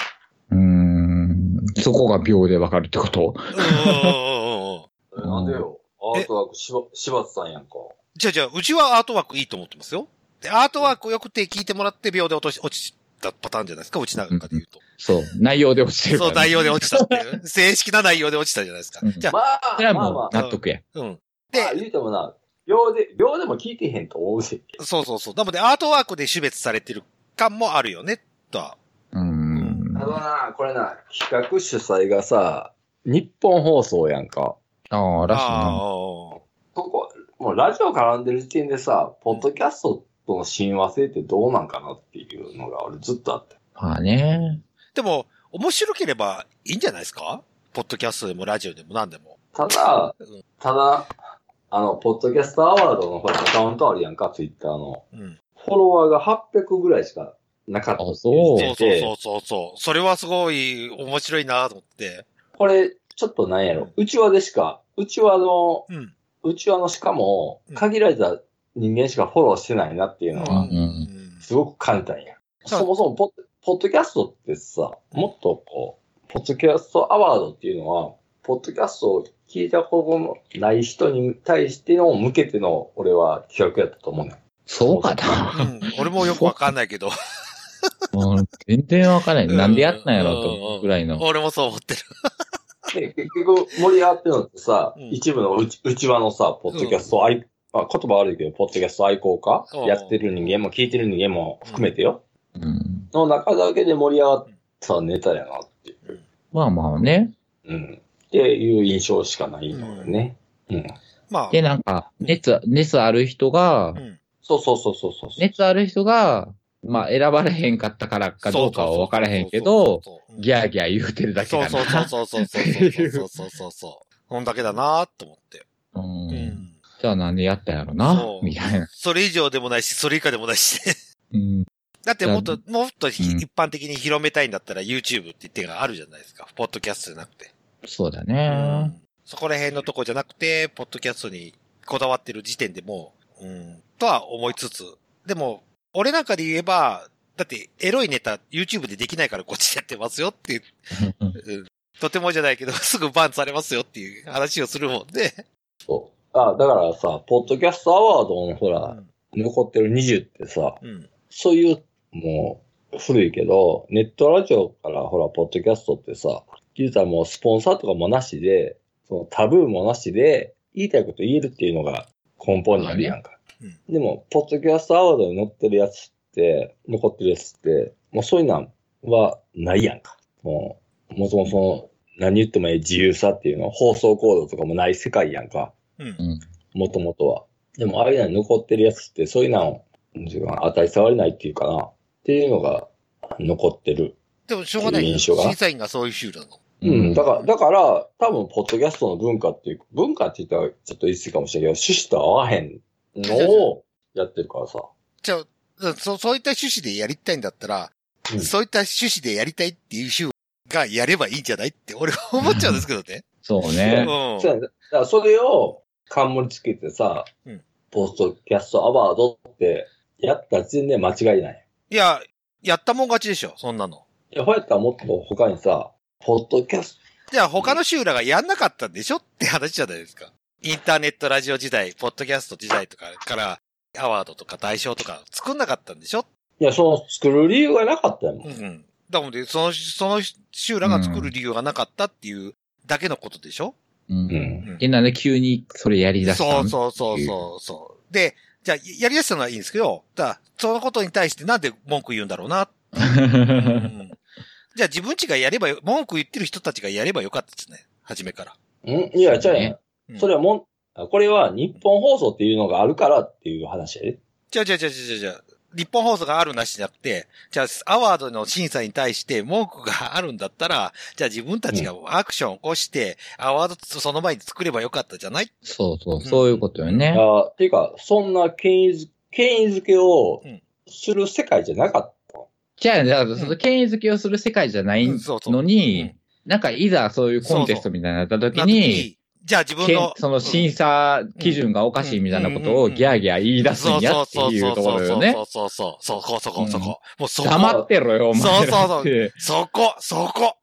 S2: うーん、そこが秒でわかるってこと
S1: うんうんうんうん。
S3: なんでよ。アートワーク、しば、柴田さんやんか。
S1: じゃあじゃあ、うちはアートワークいいと思ってますよ。で、アートワークよくて聞いてもらって秒で落とし、落ちたパターンじゃないですか、うちなんかで言うと。
S2: そう、内容で落ちてるから
S1: そう、内容で落ちたっていう。 正式な内容で落ちたじゃないですか。
S2: うん
S1: じゃあ、
S3: まあ、
S2: それは
S3: まあ
S2: も
S3: ま
S2: う納得や。
S1: うん。
S3: あ、まあ言うてもな、秒で、秒でも聞いてへんと思うし。
S1: そうそうそう。なので、アートワークで種別されてる感もあるよね、とは。
S2: うーん
S3: あ。のな、これな、企画主催がさ、日本放送やんか。
S2: ああ、らしい
S1: あ
S2: な。
S1: ー
S3: そこ、もうラジオ絡んでる時点でさ、ポッドキャストとの親和性ってどうなんかなっていうのが俺ずっとあって。
S2: まあね。
S1: でも、面白ければいいんじゃないですかポッドキャストでもラジオでも何でも。
S3: ただ
S1: うん、
S3: ただ、あの、ポッドキャストアワードのほらアカウントあるやんか、ツイッターの。
S1: うん。
S3: フォロワーが800ぐらいしかなかった。
S2: あ、そう。
S1: そうそうそうそうそう。それはすごい面白いなと思って。
S3: これ、ちょっとなんやろ。うちわでしか、うちわの、
S1: うん。
S3: うちわのしかも
S1: うん、
S3: 限られた人間しかフォローしてないなっていうのは、
S2: ん
S3: すごく簡単や。
S1: そう
S3: そもそもポッ、ポッドキャストってさ、もっとこう、ポッドキャストアワードっていうのは、ポッドキャストを聞いたことのない人に対しての向けての、俺は企画やったと思うねん。
S2: そうか
S1: う
S2: な。
S1: ん。俺もよくわかんないけど。
S2: うん全然わかんない。
S1: うん
S2: なんでやったんやろうと思うぐらいの。
S1: 俺もそう思ってる。
S3: で、結局、盛り上がってるのってさ、
S1: うん
S3: 一部のうち、うちわのさ、ポッドキャスト愛、まあ、言葉悪いけど、ポッドキャスト愛好家、
S1: うん
S3: やってる人間も聞いてる人間も含めてよ。
S2: うん
S3: の中だけで盛り上がったネタやなっていう。
S2: まあまあね。
S3: うん。っていう印象しかないのよね。うん。
S1: まあ。
S2: で、なんか、熱、熱ある人が
S1: う、ん
S3: そうそうそうそうそう。
S2: 熱ある人が、まあ選ばれへんかったからかどうかはわからへんけど、、ギャーギャー言うてるだけ
S1: そう
S2: だ
S1: そう
S2: な。
S1: そうそうそうそうそうそうそうそうそうそう。そんだけだなと思って。
S2: うん
S1: うん。
S2: じゃあなんでやったんやろな
S1: そ、う
S2: みたいな。
S1: それ以上でもないし、それ以下でもないし。
S2: うん
S1: だってもっと、もっとひ
S2: うん
S1: 一般的に広めたいんだったら YouTube って手があるじゃないですか。ポッドキャストじゃなくて。
S2: そうだ
S1: う
S2: ね。。
S1: そこら辺のとこじゃなくて、ポッドキャストにこだわってる時点でもう、うん、とは思いつつ。でも、俺なんかで言えば、だってエロいネタ YouTube でできないからこっちでやってますよっていう、うんとてもじゃないけど、 すぐバンされますよっていう話をするもんで。
S3: そう。あ、だからさ、ポッドキャストアワードのほら、残ってる20ってさ、
S1: うん。
S3: そういう、もう、古いけど、ネットラジオから、ほら、ポッドキャストってさ、言うたらもうスポンサーとかもなしで、そのタブーもなしで、言いたいこと言えるっていうのが根本にあるやんか。
S1: まあね
S3: でも、ポッドキャストアワードに載ってるやつって、残ってるやつって、もうそういうのはないやんか。もう、もともとその、何言ってもいい自由さっていうの、放送コードとかもない世界やんか。
S1: うん
S2: うん。
S3: もともとは。でも、ああいうのに残ってるやつって、そういうのを、自分は当たり障りないっていうかな、っていうのが残ってる。
S1: でも、しょうがない
S3: いい
S1: よ。
S3: 印象が
S1: 審査員がそういう州なの。
S3: うん。だから、だから、多分、ポッドキャストの文化っていう、文化って言ったらちょっと言い過ぎかもしれないけど、趣旨と合わへんのをやってるからさ。
S1: じゃあ、そ、そういった趣旨でやりたいんだったら、
S3: うん
S1: そういった趣旨でやりたいっていう州がやればいいんじゃないって、俺は思っちゃうんですけどね。
S2: そう
S1: う
S2: ね。
S1: ん。
S3: そうやねだから、それを冠つけてさ、
S1: うん
S3: ポッドキャストアワードって、やった時点で間違いない。
S1: いや、やったもん勝ちでしょ、そんなの。
S3: いや、ほやったらもっと他にさ、ポッドキャス
S1: じゃあ他の州らがやんなかったんでしょって話じゃないですか。インターネットラジオ時代、ポッドキャスト時代とかから、アワードとか大賞とか作んなかったんでしょ
S3: ト、いや、その作る理由がなかったやもん
S1: う。ん。だもんで、その、その州らが作る理由がなかったっていうだけのことでしょ、
S2: う。
S3: うんん。
S2: で、なんで急にそれやり出した
S1: そう
S2: う。
S1: そうそうそうそう。で、じゃあ、やりだしたのはいいんですけど、だからそのことに対してなんで文句言うんだろうな。うんじゃあ自分ちがやればよ、文句言ってる人たちがやればよかったですね。初めから。
S3: うんいや、じゃあね
S1: う、ん
S3: それはもん、あこれは日本放送っていうのがあるからっていう話やで。
S1: じゃあじゃあじゃあじゃあじゃあ日本放送があるなしじゃなくて、じゃあ、アワードの審査に対して文句があるんだったら、じゃあ自分たちがアクションを起こして、アワードその前に作ればよかったじゃない
S2: そうそう、そういうことよね。
S3: あっていうか、そんな権威づ、権威づけを
S1: うん
S3: する世界じゃなかっ
S2: じゃあ、だから、その権威づけをする世界じゃない
S1: うんそうそう
S2: の
S1: う
S2: に
S1: ん、
S2: なんか、いざそういうコンテストみたいになった時
S1: な
S2: に、、
S1: じゃあ自分
S2: けん
S1: の、
S2: その審査基準がおかしいみたいなことをギャーギャー言い出すんやっていうところよね。
S1: そうそうそうそうそう、そこそこそこ。もうそこ。
S2: 黙ってろよ、お前らって。
S1: そうそうそこ、そこ。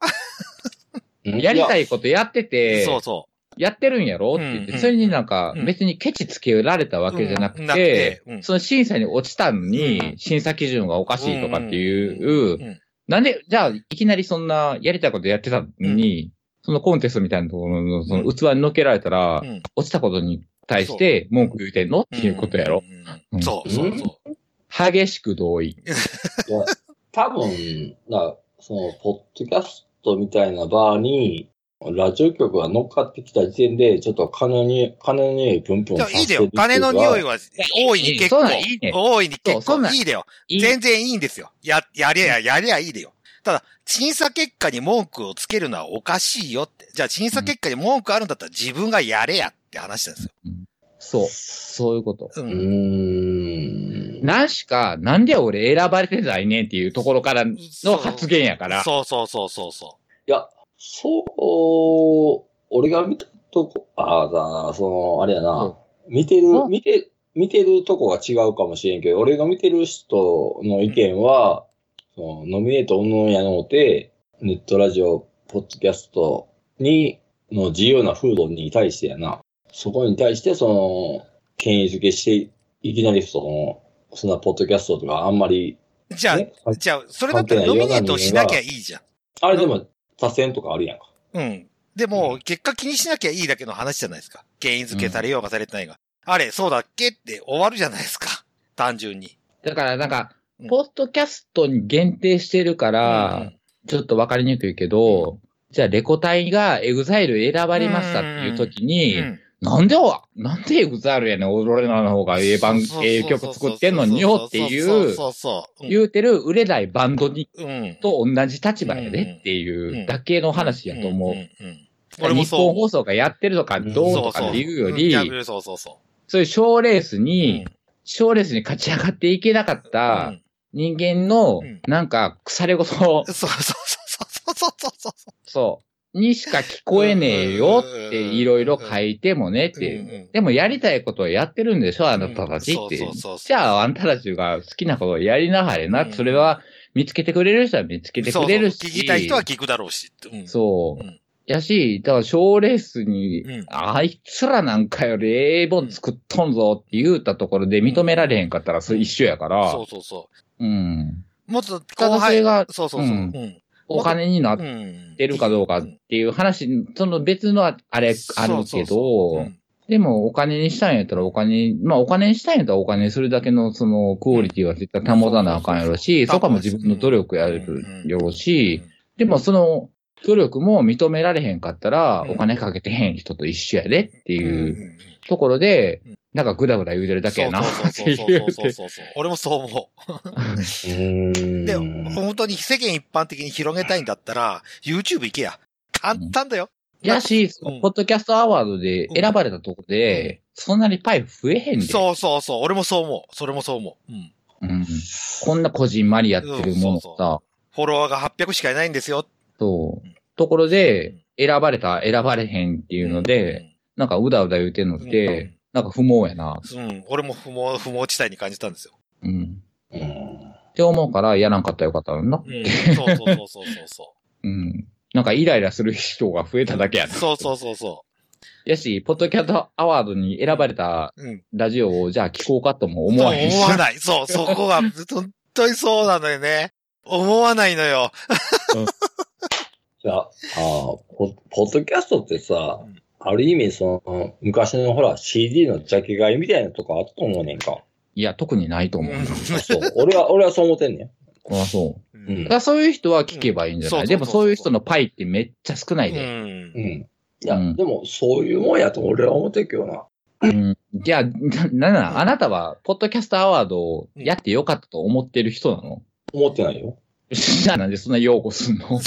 S3: た。
S2: やりた
S3: い
S2: いことやってて、
S1: そうそ
S2: やってるんやろって言っ
S1: うんう
S2: て、
S1: ん
S2: それになんか
S1: うん
S2: 別にケチつけられたわけじゃな
S1: う
S2: く
S1: んなくて
S2: て
S1: う、ん
S2: その審査に落ちたの
S1: う。
S2: に、審査基準がおかしいとかっていうう、
S1: ん
S2: なんで、じゃあいきなりそんなやりたいことやってたのに、そのコンテストみたいなところのその器に乗っけられたら
S1: う、ん
S2: 落ちたことに対して文句言うてんのっていうことやろ。。
S1: うん
S2: うん
S1: そうそうそ
S2: 激しく同意。
S3: や。多分、な、その、ポッドキャストみたいな場に、ラジオ局が乗っかってきた時点で、ちょっと金に、金の匂いプン
S1: う。
S3: プン
S1: じゃ
S3: さ
S1: あ
S3: せて
S1: いいだ
S3: る
S1: よ
S3: っ。
S1: 金の
S3: てうか
S1: 匂いは大いに結
S2: そう
S1: 構。
S2: なんいいね
S1: 大いに
S2: そ
S1: 結
S2: うそんな
S1: 構。
S2: ん
S1: いいだよ。
S2: いい
S1: 全然いいんですよ。や、やりゃ、やりゃいいだよ。ただ、審査結果に文句をつけるのはおかしいよって。じゃあ、審査結果に文句あるんだったら自分がやれやって話なんですよ。
S2: そう。そういうこと。
S1: う
S3: うんーん。
S2: なんしか、なんで俺選ばれてないねんっていうところからの発言やから。
S1: そうそうそうそうそ
S3: いや、そう、俺が見たとこ、ああ、だな、その、あれやな、見て
S2: う
S3: る、
S2: ん
S3: 見て、見てるとこが違うかもしれんけど、俺が見てる人の意見は、そのノミネートうんぬんやのうて、ネットラジオ、ポッドキャストに、の自由な風土に対してやな。そこに対して、その、権威づけして、いきなりその、そんなポッドキャストとかあんまり、
S1: う。じゃあ、
S3: ね、
S1: じゃあ、それだったらノミネートしなきゃいいじゃん。
S3: あれでも、多選とかあるやんか。
S1: うん。でも、結果気にしなきゃいいだけの話じゃないですか。原因付けされようがされてないが。あれ、そうだっけって終わるじゃないですか。単純に。
S2: だから、なんか
S1: うん、
S2: ポッドキャストに限定してるから、
S1: うん
S2: ちょっとわかりにくいけど、じゃあ、レコ隊がエグザイル選ばれましたっていう時に、
S1: うん
S2: なんでわ、なんでエグザイルやねん、俺らの方がええ番、ええ曲作ってんのによっていう、
S1: そうそうそう。
S2: 言うてる売れないバンドに
S1: うん。
S2: と同じ立場やでっていうだけの話やと思う。
S1: んんん俺も
S2: 日本
S1: そう。
S2: 放送がやってるとかどうとかっていうより、
S1: そ
S2: そうう
S1: そううんそうそうそ
S2: いう賞レース
S1: う。
S2: に、賞レースに勝ち上がっていけなかっ
S1: うん
S2: た人間の
S1: うん、
S2: なんか腐れ事を
S1: うん、そうそうそうそうそうそうそう。
S2: そう、にしか聞こえねえよっていろいろ書いてもねっ
S1: うんう
S2: て。
S1: ん
S2: でもやりたいことをやってるんでしょ、あなたたちって
S1: うんそうそうそうそう。
S2: じゃああんたたちが好きなことをやりなはれ
S1: う
S2: な。
S1: ん
S2: それは見つけてくれる人は見つけてくれるし。
S1: そうそう聞きたい人は聞くだろうし。うん
S2: そう
S1: うん。
S2: やし、だから賞レースに、
S1: うん
S2: あいつらなんかよりええもん作っとんぞって言うたところで認められへんかったら、それ一緒やから、
S1: そうそうそ
S2: うん。
S1: う。もっと
S2: 可
S1: 後
S2: 能性
S1: 輩
S2: が
S1: そうそうそう。
S2: う
S1: うんん。
S2: お金になっ
S1: うん。
S2: てるかどうかっていう話、その別のああれ、ある
S1: そ
S2: け
S1: うそうそうう
S2: ど、
S1: ん
S2: でもお金にしたんやったらお金に、まあお金にしたんやったらお金にするだけのそのクオリティは絶対保たなあかんやろし、
S1: そうそうそ
S2: そ
S1: う
S2: こはもう自分の努力やるやろし
S1: う、ん
S2: でもその努力も認められへんかったら
S1: うん
S2: お金かけてへん人と一緒やでってい
S1: ん
S2: ううん
S1: ん
S2: ところで
S1: うん、
S2: なんかグダグダ言うてるだけやなっ
S1: そう
S2: て
S1: そう
S2: い
S1: そう
S2: う
S1: そう
S2: て。
S1: そう そう。俺もそう思う。
S3: うん。
S1: で、本当に世間一般的に広げたいんだったら、YouTube 行けや。簡単だよ。
S2: やし、
S1: うん
S2: ポッドキャストアワードで選ばれたとこ
S1: う
S2: で、そんなにパイ増えへんで。
S1: そうそうそう。俺もそう思う。それもそう思う。うん。
S2: うんこんなこじんまりやってるもの
S1: うんそう
S2: さ、
S1: フォロワーが800しかいないんですよ。
S2: そう。ところで、選ばれた、選ばれへんっていうので、なんかうだうだ言うてんのって、
S1: うん
S2: なんか不毛やな、
S1: うん、うん。俺も不毛、不毛地帯に感じたんですよ。
S2: うん。
S3: うん
S2: って思うから、やらんかったらよかったのにな。
S1: うん。そうそうそうそうそうそ
S2: うん。なんかイライラする人が増えただけや
S1: う。
S2: な。
S1: そうそうそうそ
S2: やし、ポッドキャストアワードに選ばれた
S1: う。うん。
S2: ラジオを、じゃあ聞こうかとも思
S1: そう
S2: わへんし。
S1: 思わない。そう、そこが、本当にそうなのよね。思わないのよ。
S3: じゃあ、あーポポッドキャストってさ
S1: うん、
S3: ある意味その、昔のほら CD のジャケ買いみたいなとこあったと思うねんか。
S2: いや、特にないと思う。
S3: あそう。俺は、俺はそう思ってんねん。
S2: あそう。
S1: う
S3: うん
S1: ん
S2: だからそういう人は聞けばいいんじゃない、
S1: うん
S2: でもそういう人のパイってめっちゃ少ないで。
S1: うん
S3: う。ん。いや、
S2: うん
S3: でもそういうもんやと俺は思ってるけどな。
S2: うん。じゃあ、な、なんなんあなたは、ポッドキャストアワードをやってよかったと思ってる人なの、
S3: 思ってないよ。
S2: じゃあなんでそんな擁護すんの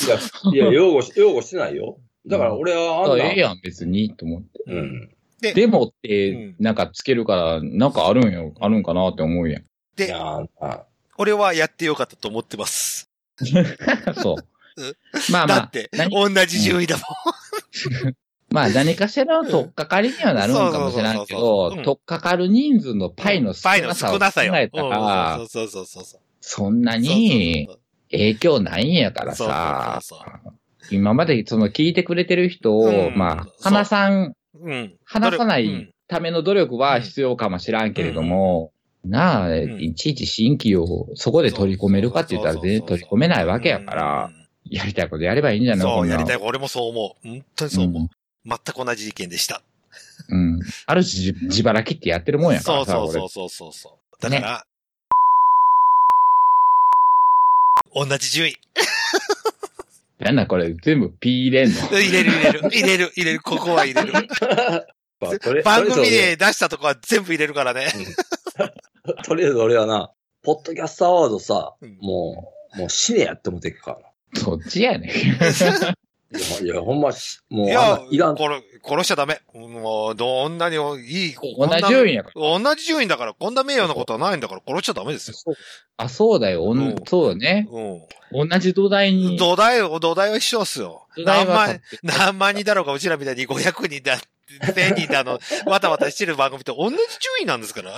S3: いや、いや擁護し、擁護してないよ。だから俺はあんな、
S2: ええやん、別に、と思って。
S3: うん。
S2: でもっ
S1: うん
S2: て、なんかつけるから、なんかあるんよ、あるんかなって思うやん。
S3: い
S1: で
S3: や、あん た
S1: 俺はやってよかったと思ってます。
S2: そう。まあま
S1: だっ
S2: あ、
S1: て、
S2: 何
S1: 同じ順位だもん。
S2: まあ何かしらの取っかかりにはなるんかもしれ
S1: そうそうそ
S2: んけ
S1: う
S2: ど
S1: そうう、ん
S2: 取っかかる人数のパイの少
S1: パイ
S2: な
S1: の
S2: さ
S1: 少
S2: を
S1: な
S2: 考
S1: さよ。
S2: えたら
S1: うん、そうそうそうそうそう。
S2: そんなに
S1: そう
S2: 影響ないんやから
S1: そうそう
S2: さ、
S1: そうそう
S2: 今までその聞いてくれてる人
S1: う
S2: を、
S1: ん
S2: まあ、
S1: そう
S2: 話さん
S1: うん。
S2: 話さな
S1: う
S2: い
S1: ん
S2: ための努力は必要かもしらんけれども、なあ、
S1: ん
S2: いちいち新規をそこで取り込めるかって言ったら全然取り込めないわけやから、。やりたいことやればいいんじゃ
S1: うん
S2: ない
S1: そう、やりた
S2: い
S1: い。俺もそう思う。本当にそう思う。全く同じ意見でした。
S2: うん。うん。ある種自自腹切ってやってるもんやか
S1: そ
S2: ら
S1: う
S2: さ、
S1: そう
S2: 俺
S1: そう。そうそうそう。だから、同じ順位。
S2: なんだこれ、全部 P 入れんの。
S1: 入れる入れる。入れる入れる。ここは入れる。
S3: まあとり
S1: 番
S3: とり
S1: 組
S3: あえ
S1: で出したとこは全部入れるからね。
S3: ずとりあえず俺はな、ポッドキャストアワードさ、
S1: うん
S3: もう、もう死ねやって思ってるから
S2: そっちやねん。
S3: な。いや、いやほんまし、もう、
S1: い
S3: あ
S1: や
S3: んな、いらん。
S1: 殺、殺しちゃダメ。もう、どんなにいい、
S2: 同じ順位やから。
S1: 同じ順位だから、こんな名誉なことはないんだから、殺しちゃダメですよ。
S2: あ、そうだよ。お
S1: うん
S2: んそうだね。
S1: う
S2: 同じ土台
S1: ん。
S2: に。
S1: 土台を、土台は一緒っすよ。
S2: 土台
S1: 何
S2: は立
S1: 万
S2: っ、てる
S1: 何万人だろうが、うちらみたいに500人だ、1000人だの、わたわたしてる番組と同じ順位なんですから。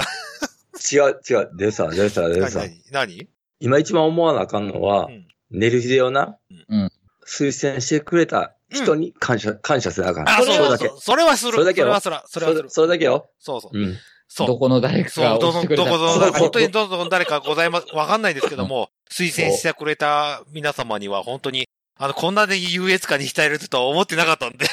S3: 違う、違う。でさ、でさ、で
S1: 何
S3: さ、
S1: 何何
S3: 今一番思わなあかんのは、
S1: うん
S3: 寝る日でよな、
S2: うん
S3: 推薦してくれた人に感謝、感謝せなあかん。
S1: あ、
S3: それ
S1: そう
S3: だ
S1: そ
S3: け
S1: う。。それはする。
S3: それだけよ
S1: はする。そ
S3: そ
S1: れはす
S3: れだ
S1: る。
S3: それだけよ。
S1: そうそう。
S3: うん。
S1: そう。
S2: どこの誰か
S1: そう、
S2: が
S1: ど
S2: 押し
S1: の、
S2: てくれ
S1: ど
S2: た
S1: こ
S3: そう
S1: の、
S3: だ
S1: 本当にどの誰かございます、わかんないですけども、推薦してくれた皆様には本当に、あの、こんなで優越感に浸れるとは思ってなかったんで。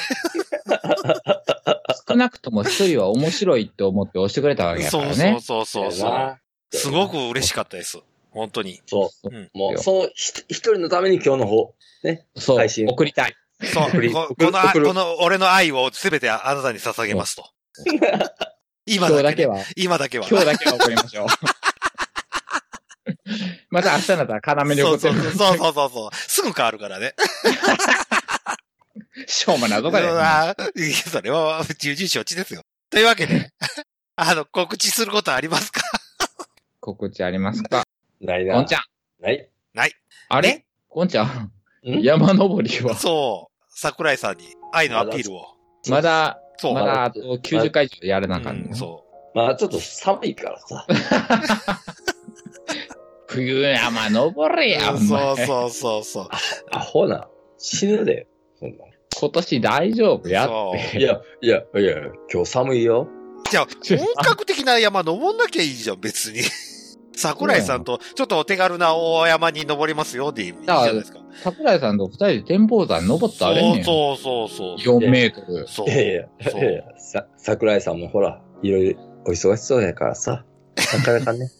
S2: 少なくとも一人は面白いって思って押してくれたわけやか
S1: そ
S2: ら
S1: う
S2: ね。
S1: そうそうそう
S3: だよ
S1: そう。
S3: な
S1: すごく嬉しかったです。本当に。
S3: そう。
S1: うん
S3: もう、そのひ一人のために今日の方、
S2: そう、
S3: 配信
S2: 送りたい。
S1: そう。
S3: 送り
S1: こ
S3: 送
S1: こ
S3: る
S1: のあ、
S3: 送る
S1: この、俺の愛をすべてあなたに捧げますと。今
S2: 今
S1: だ
S2: 日だ
S1: け
S2: け
S1: ね。
S2: は、
S1: 今だけは。
S2: 今日だけは送りましょう。 また明日になったら要で
S1: そ
S2: 送
S1: う
S2: って
S1: そう
S2: る。
S1: そうそうそうそう。すぐ変わるからね。
S2: しょうもなどかで。
S1: うわいやそれは、重々承知ですよ。というわけで、 あの、告知することありますか
S2: 告知ありますか
S3: ないな。
S2: ゴンちゃん。
S3: ない。
S2: あれゴンちゃん。
S3: ん
S2: 山登りは、
S1: そう。桜井さんに愛のアピールを。
S2: まだ、
S1: そう。
S2: まだあと90回以上やらなあかん、
S1: うん、
S2: ね
S1: そう。
S3: まあちょっと寒いからさ。
S2: 冬山登れや、お前。
S1: そうそうそうそう。
S3: アホな。死ぬで。そんな。
S2: 今年大丈夫やっ
S1: そう
S2: て。
S3: いや、いや、いや、今日寒いよ。
S1: じゃあ、本格的な山登んなきゃいいじゃん、別 に。桜井さんと、ちょっとお手軽な大山に登りますよ、でいいじゃないですか。
S2: 桜井さんと二人で展望山登ったあれねん。
S1: そうそうそうそう。
S2: 4メートル。
S1: そう
S3: いやいや、
S1: そう
S3: いやいやさ、桜井さんもほら、いろいろお忙しそうやからさ、なかな かね、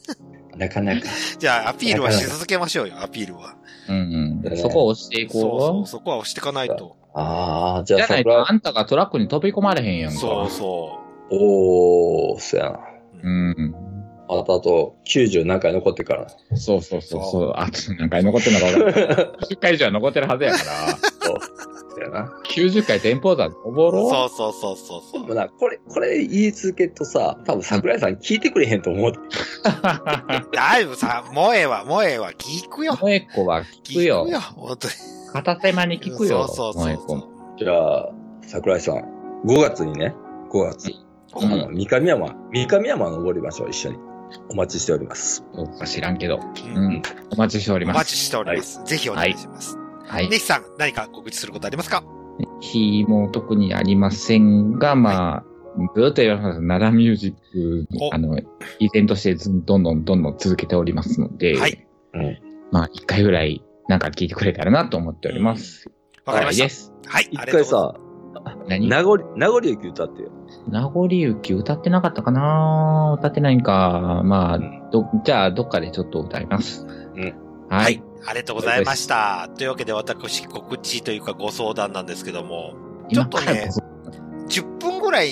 S3: なかなか。
S1: じゃあ、アピールはし続けましょうよ、アピールは。
S2: うんう
S3: ね
S2: ん。そこを押してい
S1: そうそ
S2: こ
S1: う、そこは押していかないと。
S3: ああ、じ
S2: う。じ
S3: ゃあ
S2: ゃない
S3: 桜井
S2: と、あんたがトラックに飛び込まれへんやんか。
S1: そうそ
S3: おー、そうや
S1: う。
S3: な。
S2: うん。
S3: あとあと、90何回残ってからな。
S2: そうそうそう
S1: そ
S2: そう。あと何回残ってんのか分から ない。10回以上は残ってるはずや から、
S3: そうやな。
S2: 90回展望山登ろう。
S1: そうそうそうそうそ
S3: で
S1: う。
S3: もな、これ、これ言い続けるとさ、多分桜井さん聞いてくれへんと思う。
S1: だいぶさ、萌えは、萌えは、聞くよ。
S2: 萌えっ子は聞くよ。
S1: 本当に。
S2: 片手間に聞くよ。
S1: そうそう
S2: 萌
S1: そ
S2: えっ
S1: う
S2: 子も。
S1: そ
S3: じゃあ、桜井さん、5月にね、5月、
S2: う
S3: あ
S2: ん
S3: の、三上山、三上山登りましょう、一緒に。お待ちしております。
S2: どうか知らんけど。
S1: う。
S2: う
S1: うん
S2: ん。お待ちしており
S1: お
S2: ま
S1: 待
S2: す。
S1: ちしております。ぜひお願いします。
S2: はい
S1: ネ。ヒさん、何か告知することありますか
S2: 日も特にありませんが、まあ、ずっと言われます奈良ミュージック
S1: お、
S2: あの、依然としてずんどんどんどんどん続けておりますので、
S1: はい
S3: うん
S2: まあ、一回ぐらい、なんか聞いてくれたらなと思っております。
S1: わかりま
S2: はい
S1: し
S2: です。
S1: た。はい、ありがと
S3: 一
S1: う
S3: 回
S1: ございます。
S3: さ、
S2: 何
S3: 名残、名残雪歌ってよ。
S2: 名残雪歌ってなかったかな歌ってないんか。まあ、
S3: うん
S2: ど、じゃあ、どっかでちょっと歌います。
S3: ん
S2: は
S1: はいい。、ありがとうございました。というわけで私、告知というかご相談なんですけども、ちょっとね
S2: 今からこそ
S1: 10分ぐらい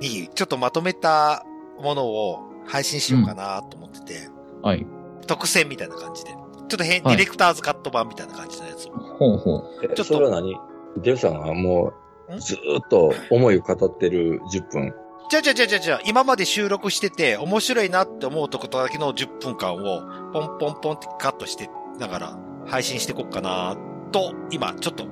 S1: にちょっとまとめたものを配信しようかなと思ってて、
S2: はい。
S1: 特選みたいな感じで。ちょっと変、
S2: は
S1: デ
S2: い
S1: ィレクターズカット版みたいな感じのやつを。
S2: ほうほう。
S3: え
S1: と
S3: それは何デブさんがも
S1: ん
S3: う、ずーっと思いを語ってる10分。
S1: じゃあじゃあじゃあじゃあじゃあ今まで収録してて面白いなって思うとことだけの10分間をポンポンポンってカットしてながら配信してこっかなと、今ちょっと考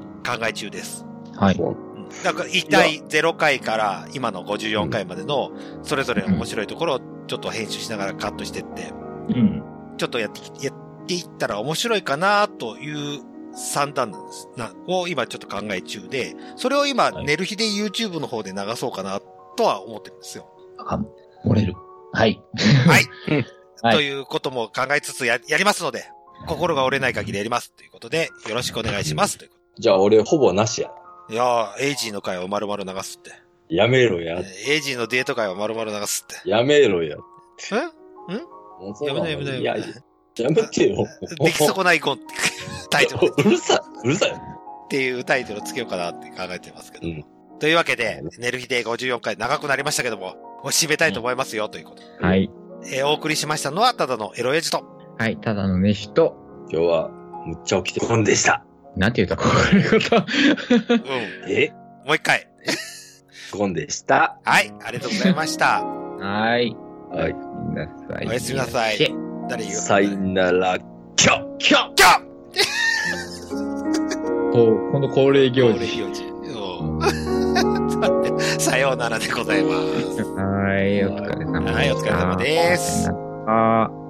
S1: え中です。
S2: はい。
S1: うんだから、一体0回から今の54回までの、それぞれの面白いところをちょっと編集しながらカットしてって、
S2: うん。
S1: ちょっとやってき、やっていったら面白いかなという算段なんです。な、を今ちょっと考え中で、それを今、
S2: はい
S1: 寝る日で YouTube の方で流そうかなとは思ってるんですよ。
S2: あかん。漏れる。はい。
S1: はい。
S2: はい
S1: ということも考えつつや、やりますので、心が折れない限りやります。ということで、よろしくお願いします。というこ
S3: じゃあ俺ほぼなしや。
S1: といやー、エイジーの回を丸々流すって。
S3: やめろや。
S1: エイジーのデート回を丸々流すって。
S3: やめろや。
S1: え
S3: もうそんなの
S1: やめなやめな
S3: や やめてよ。
S1: 出来損ないゴンってタイトルっ
S3: うるさい、うるさい。
S1: ていうタイトルつけようかなって考えてますけど。
S3: うん
S1: というわけで、寝る日で54回長くなりましたけども、もう締めたいと思いますよ、ということで。
S2: はい。
S1: えーお送りしましたのは、ただのエロエジと。
S2: はい。ただのね、人。
S3: 今日は、むっちゃ起きてこんでした。
S2: なんていうとこういうこと。
S1: うん。
S3: え
S1: もう一回。
S3: こんでした。
S1: はい、ありがとうございました。
S2: はい。
S3: はい。
S2: みんなさい。
S1: おやすみなさい
S2: で
S1: 誰言う
S3: さよなら、きょきょ
S1: キャッ
S2: こう、この恒例行
S1: 恒例
S2: 事。
S1: 行事うん さようならでございます。
S2: はい。お疲れ様でした。
S1: はいお疲れ様です
S2: ありがとうございました。